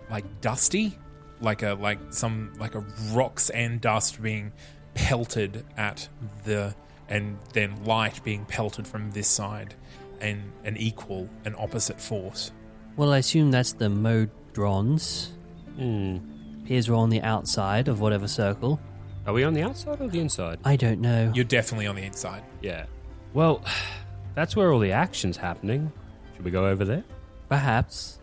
Speaker 4: like dusty, like a like some like a rocks and dust being pelted at the and then light being pelted from this side and an equal and opposite force.
Speaker 7: Well, I assume that's the Modrons.
Speaker 3: Hmm.
Speaker 7: Appears we're on the outside of whatever circle.
Speaker 3: Are we on the outside or the inside?
Speaker 7: I don't know.
Speaker 4: You're definitely on the inside.
Speaker 3: Yeah. Well, that's where all the action's happening. Should we go over there?
Speaker 7: Perhaps.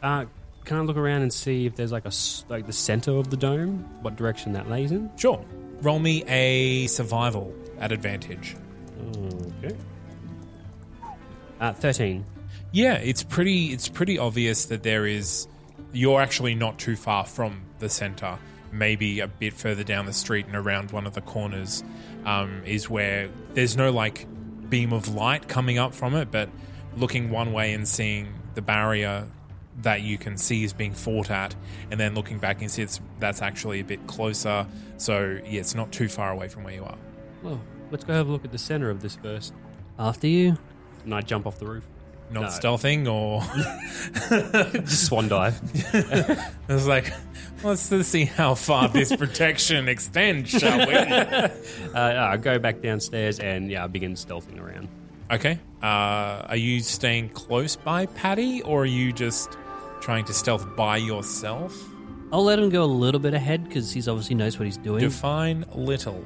Speaker 3: Uh, can I look around and see if there's like a s- like the center of the dome, what direction that lays in?
Speaker 4: Sure. Roll me a survival at advantage.
Speaker 3: Okay. Uh, Thirteen.
Speaker 4: Yeah, it's pretty it's pretty obvious that there is you're actually not too far from the center. Maybe a bit further down the street and around one of the corners um, is where there's no like beam of light coming up from it, but looking one way and seeing the barrier that you can see is being fought at, and then looking back and see it's that's actually a bit closer. So yeah, it's not too far away from where you are.
Speaker 13: Well, let's go have a look at the center of this first.
Speaker 7: After you.
Speaker 13: And I jump off the roof.
Speaker 4: Not
Speaker 13: No.
Speaker 4: stealthing or
Speaker 13: Just swan dive.
Speaker 4: I was like, let's see how far this protection extends, shall we?
Speaker 13: Uh, I go back downstairs and yeah, I begin stealthing around.
Speaker 4: Okay. Uh, are you staying close by Patty, or are you just trying to stealth by yourself?
Speaker 7: I'll let him go a little bit ahead because he's obviously knows what he's doing.
Speaker 4: Define little.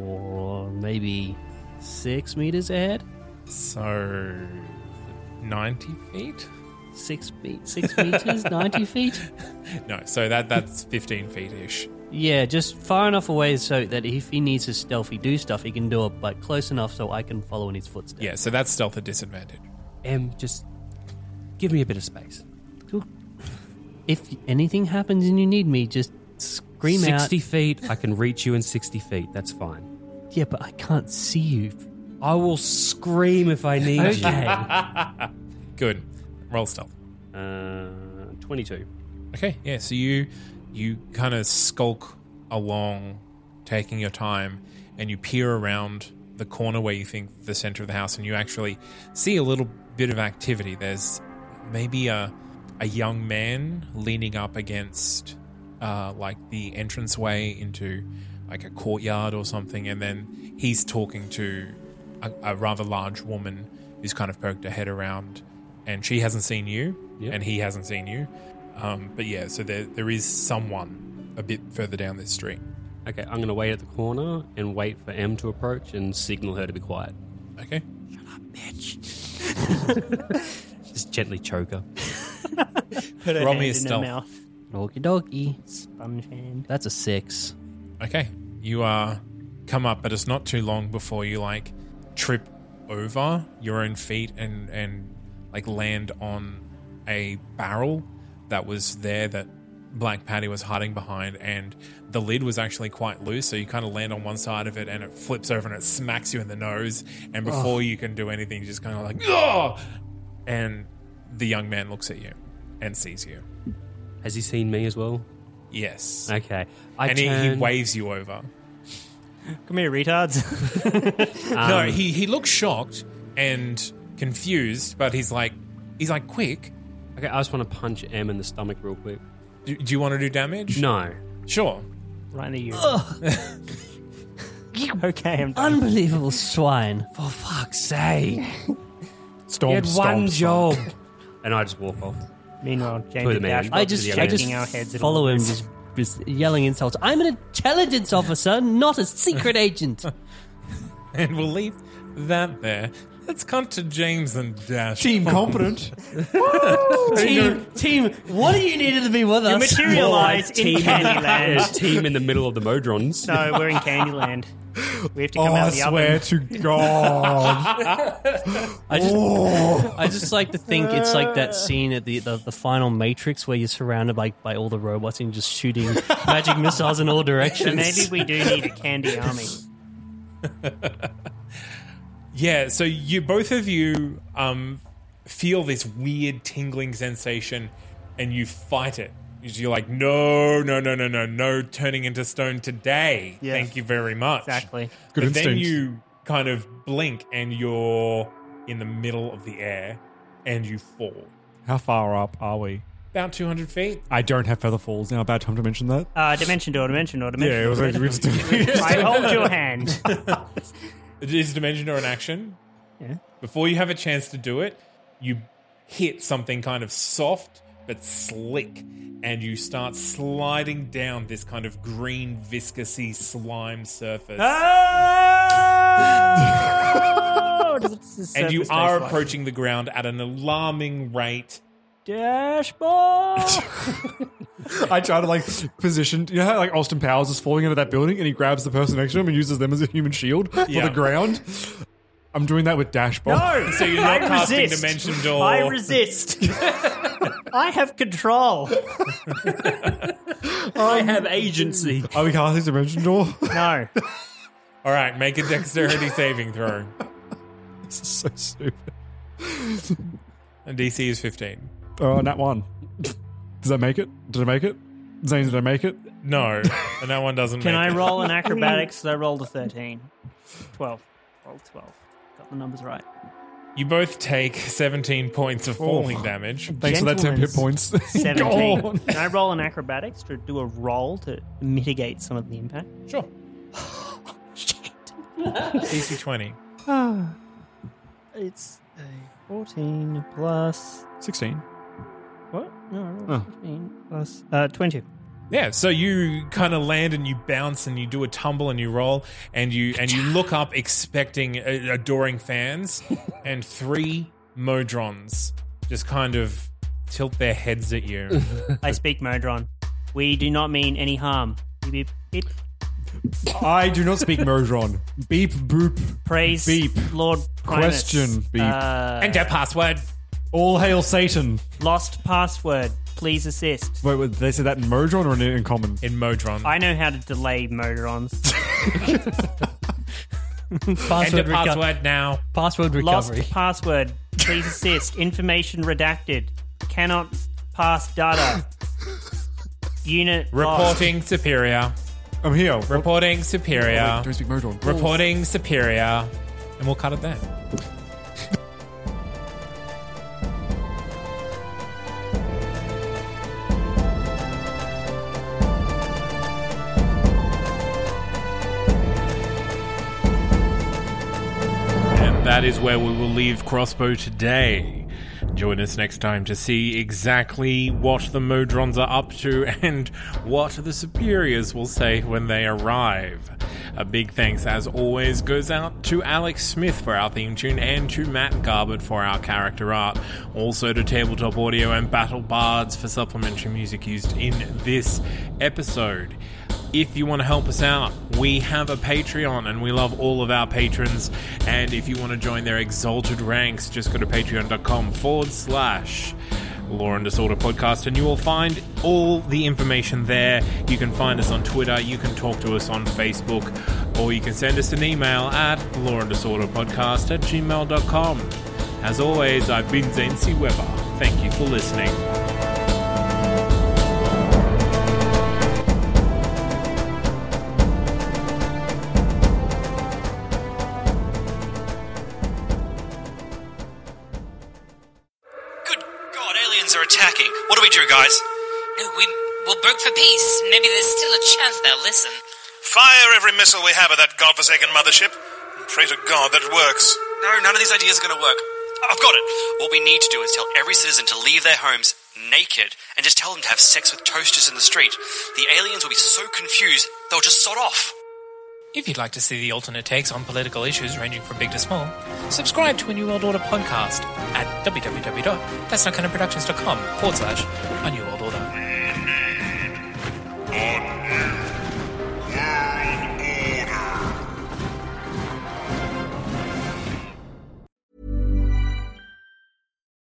Speaker 7: Or maybe six meters ahead.
Speaker 4: So ninety feet.
Speaker 7: Six feet, six meters, ninety feet.
Speaker 4: No, so that that's fifteen feet ish.
Speaker 7: Yeah, just far enough away so that if he needs to stealthy do stuff, he can do it, but close enough so I can follow in his footsteps.
Speaker 4: Yeah, so that's stealth at disadvantage.
Speaker 13: Em, just give me a bit of space.
Speaker 7: If anything happens and you need me, just scream out.
Speaker 13: 60 feet. I can reach you in 60 feet. That's fine.
Speaker 7: Yeah, but I can't see you.
Speaker 13: I will scream if I need
Speaker 7: Okay.
Speaker 4: Good. Roll stealth.
Speaker 13: you. Uh, 22.
Speaker 4: Okay, yeah. So you you kind of skulk along, taking your time, and you peer around the corner where you think the center of the house, and you actually see a little bit of activity. There's maybe a a young man leaning up against uh, like the entranceway into like a courtyard or something, and then he's talking to a, a rather large woman who's kind of poked her head around, and she hasn't seen you,
Speaker 13: Yeah.
Speaker 4: and he hasn't seen you. Um, but yeah, so there there is someone a bit further down this street.
Speaker 13: Okay, I'm going to wait at the corner and wait for M to approach and signal her to be quiet.
Speaker 4: Okay.
Speaker 13: Just gently choke her.
Speaker 5: Put her
Speaker 4: Roll
Speaker 5: hand
Speaker 4: me a
Speaker 5: in
Speaker 4: stealth.
Speaker 5: her mouth.
Speaker 7: Okie dokie.
Speaker 5: Sponge hand.
Speaker 7: That's a six.
Speaker 4: Okay, you uh, come up, but it's not too long before you like trip over your own feet and and like land on a barrel that was there that Black Patty was hiding behind, and the lid was actually quite loose, so you kind of land on one side of it, and it flips over and it smacks you in the nose, and before you can do anything, you just kind of like oh, and the young man looks at you and sees you.
Speaker 13: Has he seen me as well?
Speaker 4: Yes,
Speaker 13: Okay. I
Speaker 4: and he, he
Speaker 13: turn-
Speaker 4: waves you over.
Speaker 5: Come here, retards.
Speaker 3: um,
Speaker 4: no, he he looks shocked and confused, but he's like, he's like, quick.
Speaker 13: Okay, I just want to punch M in the stomach real quick.
Speaker 4: Do, do you want to do damage?
Speaker 13: No.
Speaker 4: Sure.
Speaker 5: right in the urine. okay, I'm done.
Speaker 7: Unbelievable swine.
Speaker 13: For fuck's sake.
Speaker 3: Storm,
Speaker 13: he had
Speaker 3: storm,
Speaker 13: one
Speaker 3: storm.
Speaker 13: job. And I just walk off.
Speaker 5: Meanwhile, James
Speaker 13: Put him
Speaker 5: and
Speaker 13: in.
Speaker 5: Dash
Speaker 7: I
Speaker 13: Up
Speaker 7: just,
Speaker 13: to the
Speaker 7: I
Speaker 13: end.
Speaker 7: just
Speaker 5: Shaking our heads at
Speaker 7: follow
Speaker 5: all
Speaker 7: him,
Speaker 5: this.
Speaker 7: just, just yelling insults. I'm an intelligence officer, not a secret agent.
Speaker 4: And we'll leave that there. Let's come to James and Dash.
Speaker 3: Team competent.
Speaker 7: team, team, what do you needed to be with
Speaker 5: You
Speaker 7: us?
Speaker 5: materialize in
Speaker 13: And a
Speaker 5: Candyland.
Speaker 13: team in the middle of the Modrons.
Speaker 5: no, we're in Candyland. We have to
Speaker 3: Oh,
Speaker 5: come
Speaker 3: I
Speaker 5: out the
Speaker 3: swear
Speaker 5: oven.
Speaker 3: to God.
Speaker 7: I just, I just like to think it's like that scene at the, the, the final Matrix where you're surrounded by, by all the robots and you're just shooting magic missiles in all directions.
Speaker 5: Maybe we do need a candy army.
Speaker 4: Yeah, so you both of you um, feel this weird tingling sensation and you fight it. You're like, no, no, no, no, no, no, turning into stone today.
Speaker 5: Yeah.
Speaker 4: Thank you very much.
Speaker 5: Exactly.
Speaker 3: Good
Speaker 4: but then
Speaker 3: instinct.
Speaker 4: you kind of blink and you're in the middle of the air and you fall.
Speaker 3: How far up are we?
Speaker 4: About 200 feet.
Speaker 3: I don't have feather falls now. Bad time to mention that.
Speaker 5: Uh, dimension door, dimension door, dimension
Speaker 3: Yeah, it was
Speaker 5: door.
Speaker 3: like we just doing.
Speaker 5: I hold your hand.
Speaker 4: Is Dimension Door an action?
Speaker 5: Yeah.
Speaker 4: Before you have a chance to do it, you hit something kind of soft but slick, and you start sliding down this kind of green, viscousy slime surface.
Speaker 5: Oh!
Speaker 4: and you are approaching the ground at an alarming rate.
Speaker 5: Dashboard!
Speaker 3: I try to like position. You know how like Austin Powers is falling into that building and he grabs the person next to him and uses them as a human shield for
Speaker 4: Yeah.
Speaker 3: the ground. I'm doing that with dashboard.
Speaker 5: No!
Speaker 14: So you're
Speaker 5: I
Speaker 14: not casting
Speaker 5: resist.
Speaker 14: Dimension Door.
Speaker 5: I resist. I have control.
Speaker 15: I have agency.
Speaker 3: Are we casting Dimension Door?
Speaker 5: No.
Speaker 14: All right, make a dexterity saving throw.
Speaker 3: this is so stupid.
Speaker 14: And DC is 15.
Speaker 3: Oh, that one. Does that make it? Did I make it? Zane, did I make it?
Speaker 14: No, and that one doesn't.
Speaker 5: Can
Speaker 14: make
Speaker 5: I
Speaker 14: it.
Speaker 5: roll an acrobatics? I rolled a 13. 12. Roll 12. Got the numbers right.
Speaker 14: You both take 17 points of falling damage.
Speaker 3: Oh. Thanks for that 10 hit points. Go
Speaker 5: 17.
Speaker 3: on.
Speaker 5: Can I roll an acrobatics to do a roll to mitigate some of the impact?
Speaker 14: Sure. DC 20.
Speaker 5: It's a 14 plus.
Speaker 3: 16.
Speaker 5: What? No, I rolled
Speaker 3: Oh.
Speaker 5: 15 plus. Uh, 20.
Speaker 14: Yeah, so you kind of land and you bounce and you do a tumble and you roll and you and you look up expecting uh, adoring fans and three modrons just kind of tilt their heads at you.
Speaker 5: I speak Modron. We do not mean any harm. Beep, beep, beep.
Speaker 3: I do not speak Modron. Beep, boop.
Speaker 5: Praise
Speaker 3: Beep.
Speaker 5: Lord Primus.
Speaker 3: Question, beep.
Speaker 5: Uh,
Speaker 14: and their password.
Speaker 3: All hail Satan.
Speaker 5: lost password. Please assist.
Speaker 3: Wait, wait, did they say that in Modron or in, in common?
Speaker 14: In Modron.
Speaker 5: I know how to delay Modrons.
Speaker 14: Enter
Speaker 16: Password, reco-
Speaker 14: password now.
Speaker 16: password recovery.
Speaker 5: Lost password. Please assist. Information redacted. Cannot pass data. Unit lost.
Speaker 14: Reporting superior.
Speaker 3: I'm here.
Speaker 14: Reporting superior.
Speaker 3: Do we speak Modron?
Speaker 14: Reporting superior. And we'll cut it there.
Speaker 4: And that is where we will leave Crossbow today. Join us next time to see exactly what the Modrons are up to and what the Superiors will say when they arrive. A big thanks, as always, goes out to Alex Smith for our theme tune and to Matt Garbutt for our character art. Also to Tabletop Audio and Battle Bards for supplementary music used in this episode. If you want to help us out, we have a Patreon and we love all of our patrons. And if you want to join their exalted ranks, just go to patreon.com forward slash Law and Disorder Podcast and you will find all the information there. You can find us on Twitter, you can talk to us on Facebook, or you can send us an email at law and disorder podcast at gmail.com. As always, I've been Zane C. Weber. Thank you for listening.
Speaker 11: Good God, aliens are attacking. What do we do, guys?
Speaker 7: No, we, we'll broke for peace. Maybe there's still a chance they'll listen.
Speaker 11: Fire every missile we have at that godforsaken mothership, and pray to God that it works. No, none of these ideas are going to work. I've got it. What we need to do is tell every citizen to leave their homes naked and just tell them to have sex with toasters in the street. The aliens will be so confused, they'll just sod off.
Speaker 7: If you'd like to see the alternate takes on political issues ranging from big to small, subscribe to a New World Order podcast at www.thatsnotkindaproductions.com forward slash a New World Order.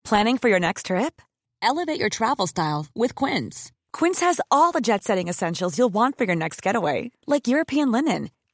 Speaker 17: Planning for your next trip? Elevate your travel style with Quince. Quince has all the jet setting essentials you'll want for your next getaway, like European linen,